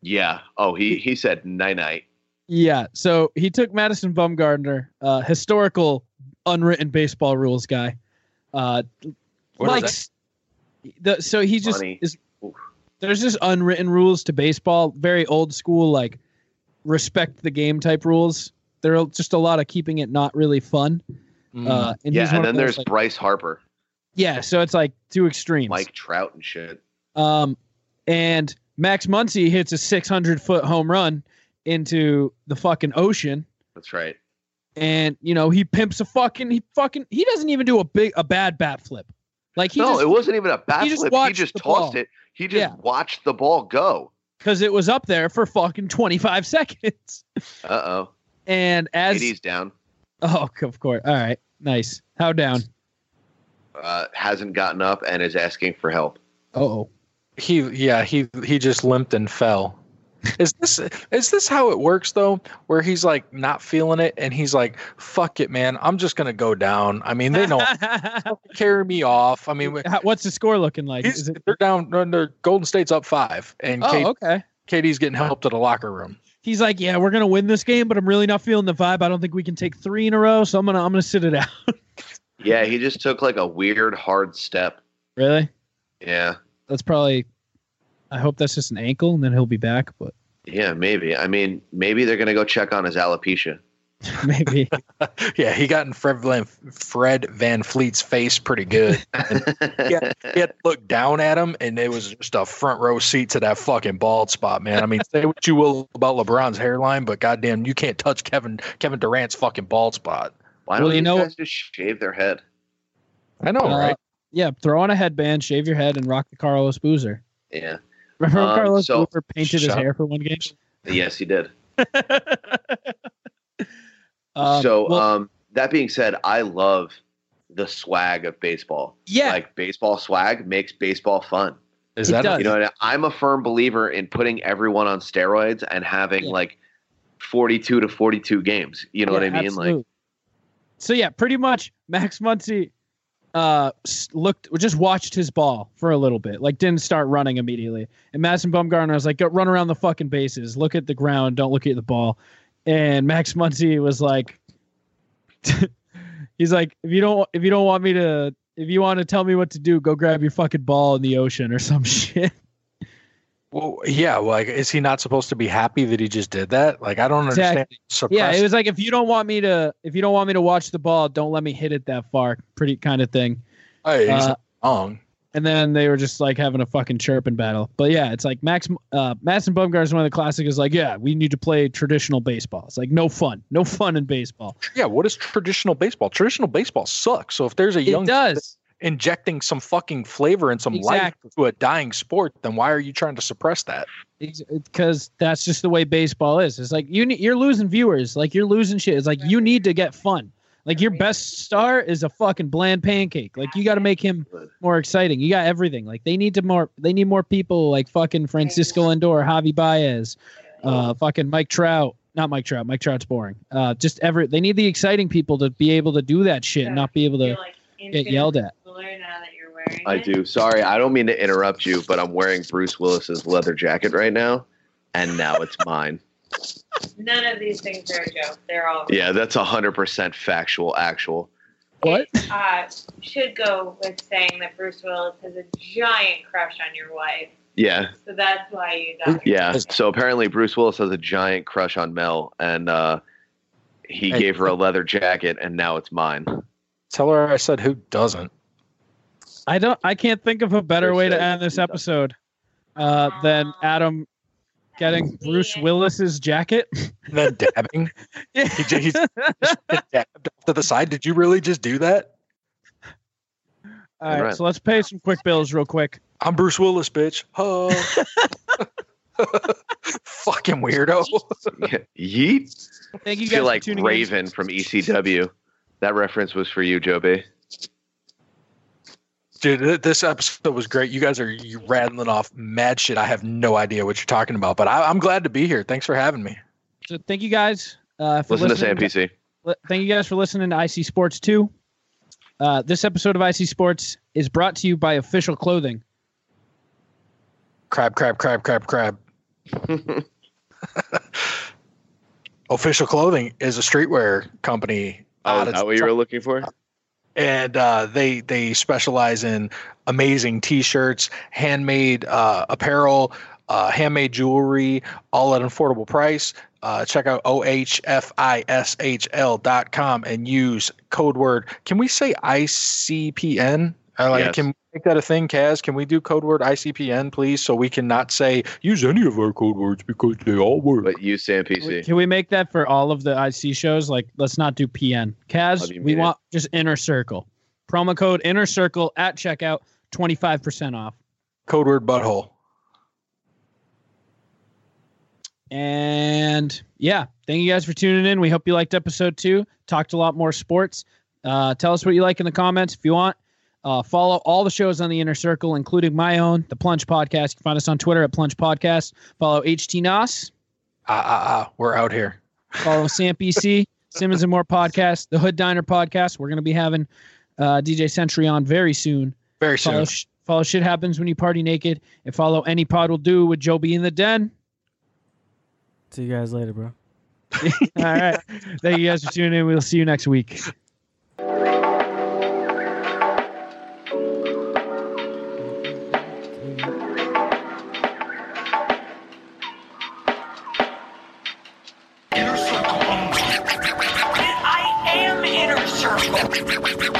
Speaker 5: Yeah. Oh, he he said night night.
Speaker 3: Yeah. So he took Madison Bumgarner, uh, historical unwritten baseball rules guy. Uh,
Speaker 4: What is
Speaker 3: likes the so he just
Speaker 5: Funny.
Speaker 3: is.
Speaker 5: Oof.
Speaker 3: There's just unwritten rules to baseball, very old school, like respect the game type rules. There are just a lot of keeping it not really fun.
Speaker 4: Mm-hmm.
Speaker 3: Uh, and he's
Speaker 5: yeah,
Speaker 3: one
Speaker 5: and
Speaker 3: of
Speaker 5: then
Speaker 3: those,
Speaker 5: there's
Speaker 3: like-
Speaker 5: Bryce Harper,
Speaker 3: yeah, so it's like two extremes.
Speaker 5: Mike Trout, and shit.
Speaker 3: Um, and Max Muncy hits a 600 foot home run into the fucking ocean,
Speaker 5: That's right.
Speaker 3: and you know he pimps a fucking he fucking he doesn't even do a big a bad bat flip, like he
Speaker 5: no,
Speaker 3: just
Speaker 5: it wasn't even a bat
Speaker 3: he just
Speaker 5: flip. He
Speaker 3: watched
Speaker 5: just
Speaker 3: the
Speaker 5: tossed
Speaker 3: ball.
Speaker 5: it. He just
Speaker 3: Yeah.
Speaker 5: watched the ball go.
Speaker 3: because it was up there for fucking 25 seconds,
Speaker 5: Uh oh.
Speaker 3: and as
Speaker 5: AD's down.
Speaker 3: oh of course all right nice how down
Speaker 5: Uh, hasn't gotten up and is asking for help.
Speaker 3: oh
Speaker 4: He yeah, he he just limped and fell. Is this is this how it works though? Where he's like not feeling it and he's like, fuck it, man. I'm just gonna go down. I mean, they don't carry me off. I mean
Speaker 3: How- what's the score looking like?
Speaker 4: he's-
Speaker 3: Is it,
Speaker 4: they're down no, no, Golden State's up five and
Speaker 3: oh
Speaker 4: Kate,
Speaker 3: okay.
Speaker 4: Katie's getting helped to the locker room.
Speaker 3: he's like, yeah, we're gonna win this game, but I'm really not feeling the vibe. I don't think we can take three in a row, so I'm gonna I'm gonna sit it out.
Speaker 5: Yeah, he just took like a weird hard step.
Speaker 3: Really?
Speaker 5: Yeah.
Speaker 3: That's probably. I hope that's just an ankle, and then he'll be back. But
Speaker 5: Yeah, maybe. I mean, maybe they're gonna go check on his alopecia.
Speaker 3: maybe
Speaker 4: Yeah, he got in Fred Van, Fred Van Fleet's face pretty good. Yeah. He had to look down at him, and it was just a front row seat to that fucking bald spot, man. I mean, say what you will about LeBron's hairline, but goddamn, you can't touch Kevin Kevin Durant's fucking bald spot.
Speaker 5: Why
Speaker 3: Well,
Speaker 5: don't
Speaker 3: you
Speaker 5: you
Speaker 3: know-
Speaker 5: guys just shave their head?
Speaker 4: I know,
Speaker 3: Uh,
Speaker 4: right?
Speaker 3: yeah, throw on a headband, shave your head, and rock the Carlos Boozer.
Speaker 5: Yeah.
Speaker 3: Remember when
Speaker 5: Um,
Speaker 3: Carlos
Speaker 5: so-
Speaker 3: Boozer painted his
Speaker 4: Shut
Speaker 3: hair for one game?
Speaker 5: Yes, he did.
Speaker 3: Um,
Speaker 5: so
Speaker 3: well,
Speaker 5: um, that being said, I love the swag of baseball.
Speaker 3: yeah,
Speaker 5: Like baseball swag makes baseball fun.
Speaker 4: Is
Speaker 3: it
Speaker 4: that
Speaker 3: does.
Speaker 5: You know, and I'm a firm believer in putting everyone on steroids and having
Speaker 3: Yeah.
Speaker 5: like 42 to 42 games. You know what I
Speaker 3: Yeah,
Speaker 5: mean?
Speaker 3: absolute. so yeah, pretty much Max Muncy uh s- looked just watched his ball for a little bit like didn't start running immediately and madison bumgarner was like go run around the fucking bases look at the ground don't look at the ball and max Muncy was like he's like if you don't if you don't want me to if you want to tell me what to do go grab your fucking ball in the ocean or some shit
Speaker 4: Well, yeah. Like, is he not supposed to be happy that he just did that? Like, I don't
Speaker 3: Exactly.
Speaker 4: understand. Suppress
Speaker 3: yeah it was like if you don't want me to if you don't want me to watch the ball don't let me hit it that far pretty kind of thing
Speaker 4: Hey, he's
Speaker 3: Uh,
Speaker 4: not wrong.
Speaker 3: and then they were just like having a fucking chirping battle. But yeah, it's like Max, uh, Madison Bumgarner is one of the classic is like, yeah, we need to play traditional baseball. It's like no fun, no fun in baseball.
Speaker 4: Yeah. What is traditional baseball? Traditional baseball sucks. So if there's a young
Speaker 3: It
Speaker 4: kid
Speaker 3: does.
Speaker 4: injecting some fucking flavor and some
Speaker 3: Exactly.
Speaker 4: life to a dying sport, then why are you trying to suppress that?
Speaker 3: because that's just the way baseball is. It's like you ne- you're losing viewers, like you're losing shit. It's like you need to get fun. Like your best star is a fucking bland pancake. Like you got to make him more exciting. You got everything. Like they need to more they need more people like fucking Francisco Lindor, Javi Baez, uh, fucking Mike Trout. Not Mike Trout. Mike Trout's boring. Uh, just ever they need the exciting people to be able to do that shit, and not be able to get yelled at.
Speaker 5: I do. Sorry, I don't mean to interrupt you, but I'm wearing Bruce Willis's leather jacket right now, and now it's mine.
Speaker 7: None of these things are a joke. They're all.
Speaker 5: Yeah, that's 100% factual, actual.
Speaker 3: What?
Speaker 7: It, uh, should go with saying that Bruce Willis has a giant crush on your wife,
Speaker 5: Yeah,
Speaker 7: so that's why you got. your
Speaker 5: yeah.
Speaker 7: ticket.
Speaker 5: So apparently, Bruce Willis has a giant crush on Mel, and uh, he
Speaker 4: Hey.
Speaker 5: gave her a leather jacket, and now it's mine.
Speaker 4: Tell her I said who doesn't.
Speaker 3: I don't. I can't think of a better
Speaker 5: Bruce
Speaker 3: way to
Speaker 5: says
Speaker 3: end this
Speaker 5: he doesn't.
Speaker 3: episode uh, than Adam getting Bruce Willis's jacket.
Speaker 4: And then dabbing. He ju- he's- dabbed off to the side. Did you really just do that?
Speaker 3: All right,
Speaker 5: Right.
Speaker 3: so let's pay some quick bills real quick.
Speaker 4: I'm Bruce Willis, bitch. Oh. fucking weirdo.
Speaker 5: Yeet.
Speaker 3: Thank
Speaker 5: You
Speaker 3: you guys
Speaker 5: feel like
Speaker 3: for tuning
Speaker 5: Raven from ECW. That reference was for you, Joe B.
Speaker 4: Dude, th- this episode was great. You guys are you rattling off mad shit. I have no idea what you're talking about, but I, I'm glad to be here. Thanks for having me.
Speaker 3: in. So thank you guys. Uh, for
Speaker 5: Listen to Sam
Speaker 3: listening.
Speaker 5: PC.
Speaker 3: Li- Thank you guys for listening to IC Sports 2. Uh, this episode of IC Sports is brought to you by Official Clothing.
Speaker 4: Crab, crab, crab, crab, crab. Official Clothing is a streetwear company.
Speaker 5: Oh,
Speaker 4: out
Speaker 5: is
Speaker 4: of
Speaker 5: that what you were looking for?
Speaker 4: and uh, they they specialize in amazing T-shirts, handmade uh, apparel, uh, handmade jewelry, all at an affordable price. Uh, check out ohfishl.com and use code word. Can we say ICPN? I like,
Speaker 5: Yes.
Speaker 4: Can we make that a thing, Kaz? Can we do code word ICPN, please? So we cannot say use any of our code words because they all work.
Speaker 5: But you, Sam
Speaker 3: Can we-
Speaker 5: PC.
Speaker 3: Can we make that for all of the IC shows? Like, let's not do PN.
Speaker 5: Love
Speaker 3: Kaz,
Speaker 5: you,
Speaker 3: we
Speaker 5: man.
Speaker 3: want just Inner Circle. Promo code Inner Circle at checkout, 25% off.
Speaker 4: code word butthole.
Speaker 3: And yeah, thank you guys for tuning in. We hope you liked episode two. Talked a lot more sports. Uh, tell us what you like in the comments if you want. Uh, follow all the shows on the Inner Circle, including my own, the Plunge Podcast. You can find us on Twitter at Plunge Podcast. Follow HT Nos.
Speaker 4: Ah ah ah. We're out here.
Speaker 3: Follow Sam PC, Simmons and More Podcast, the Hood Diner Podcast. We're going to be having uh, DJ Sentry on very soon.
Speaker 4: Very soon.
Speaker 3: Follow, sh- follow Shit Happens When You Party Naked. And follow Any Pod Will Do with Joby in the Den.
Speaker 6: See you guys later, bro.
Speaker 3: All right. Thank you guys for tuning in. We'll see you next week.
Speaker 1: Inner circle only.
Speaker 2: I am inner circle.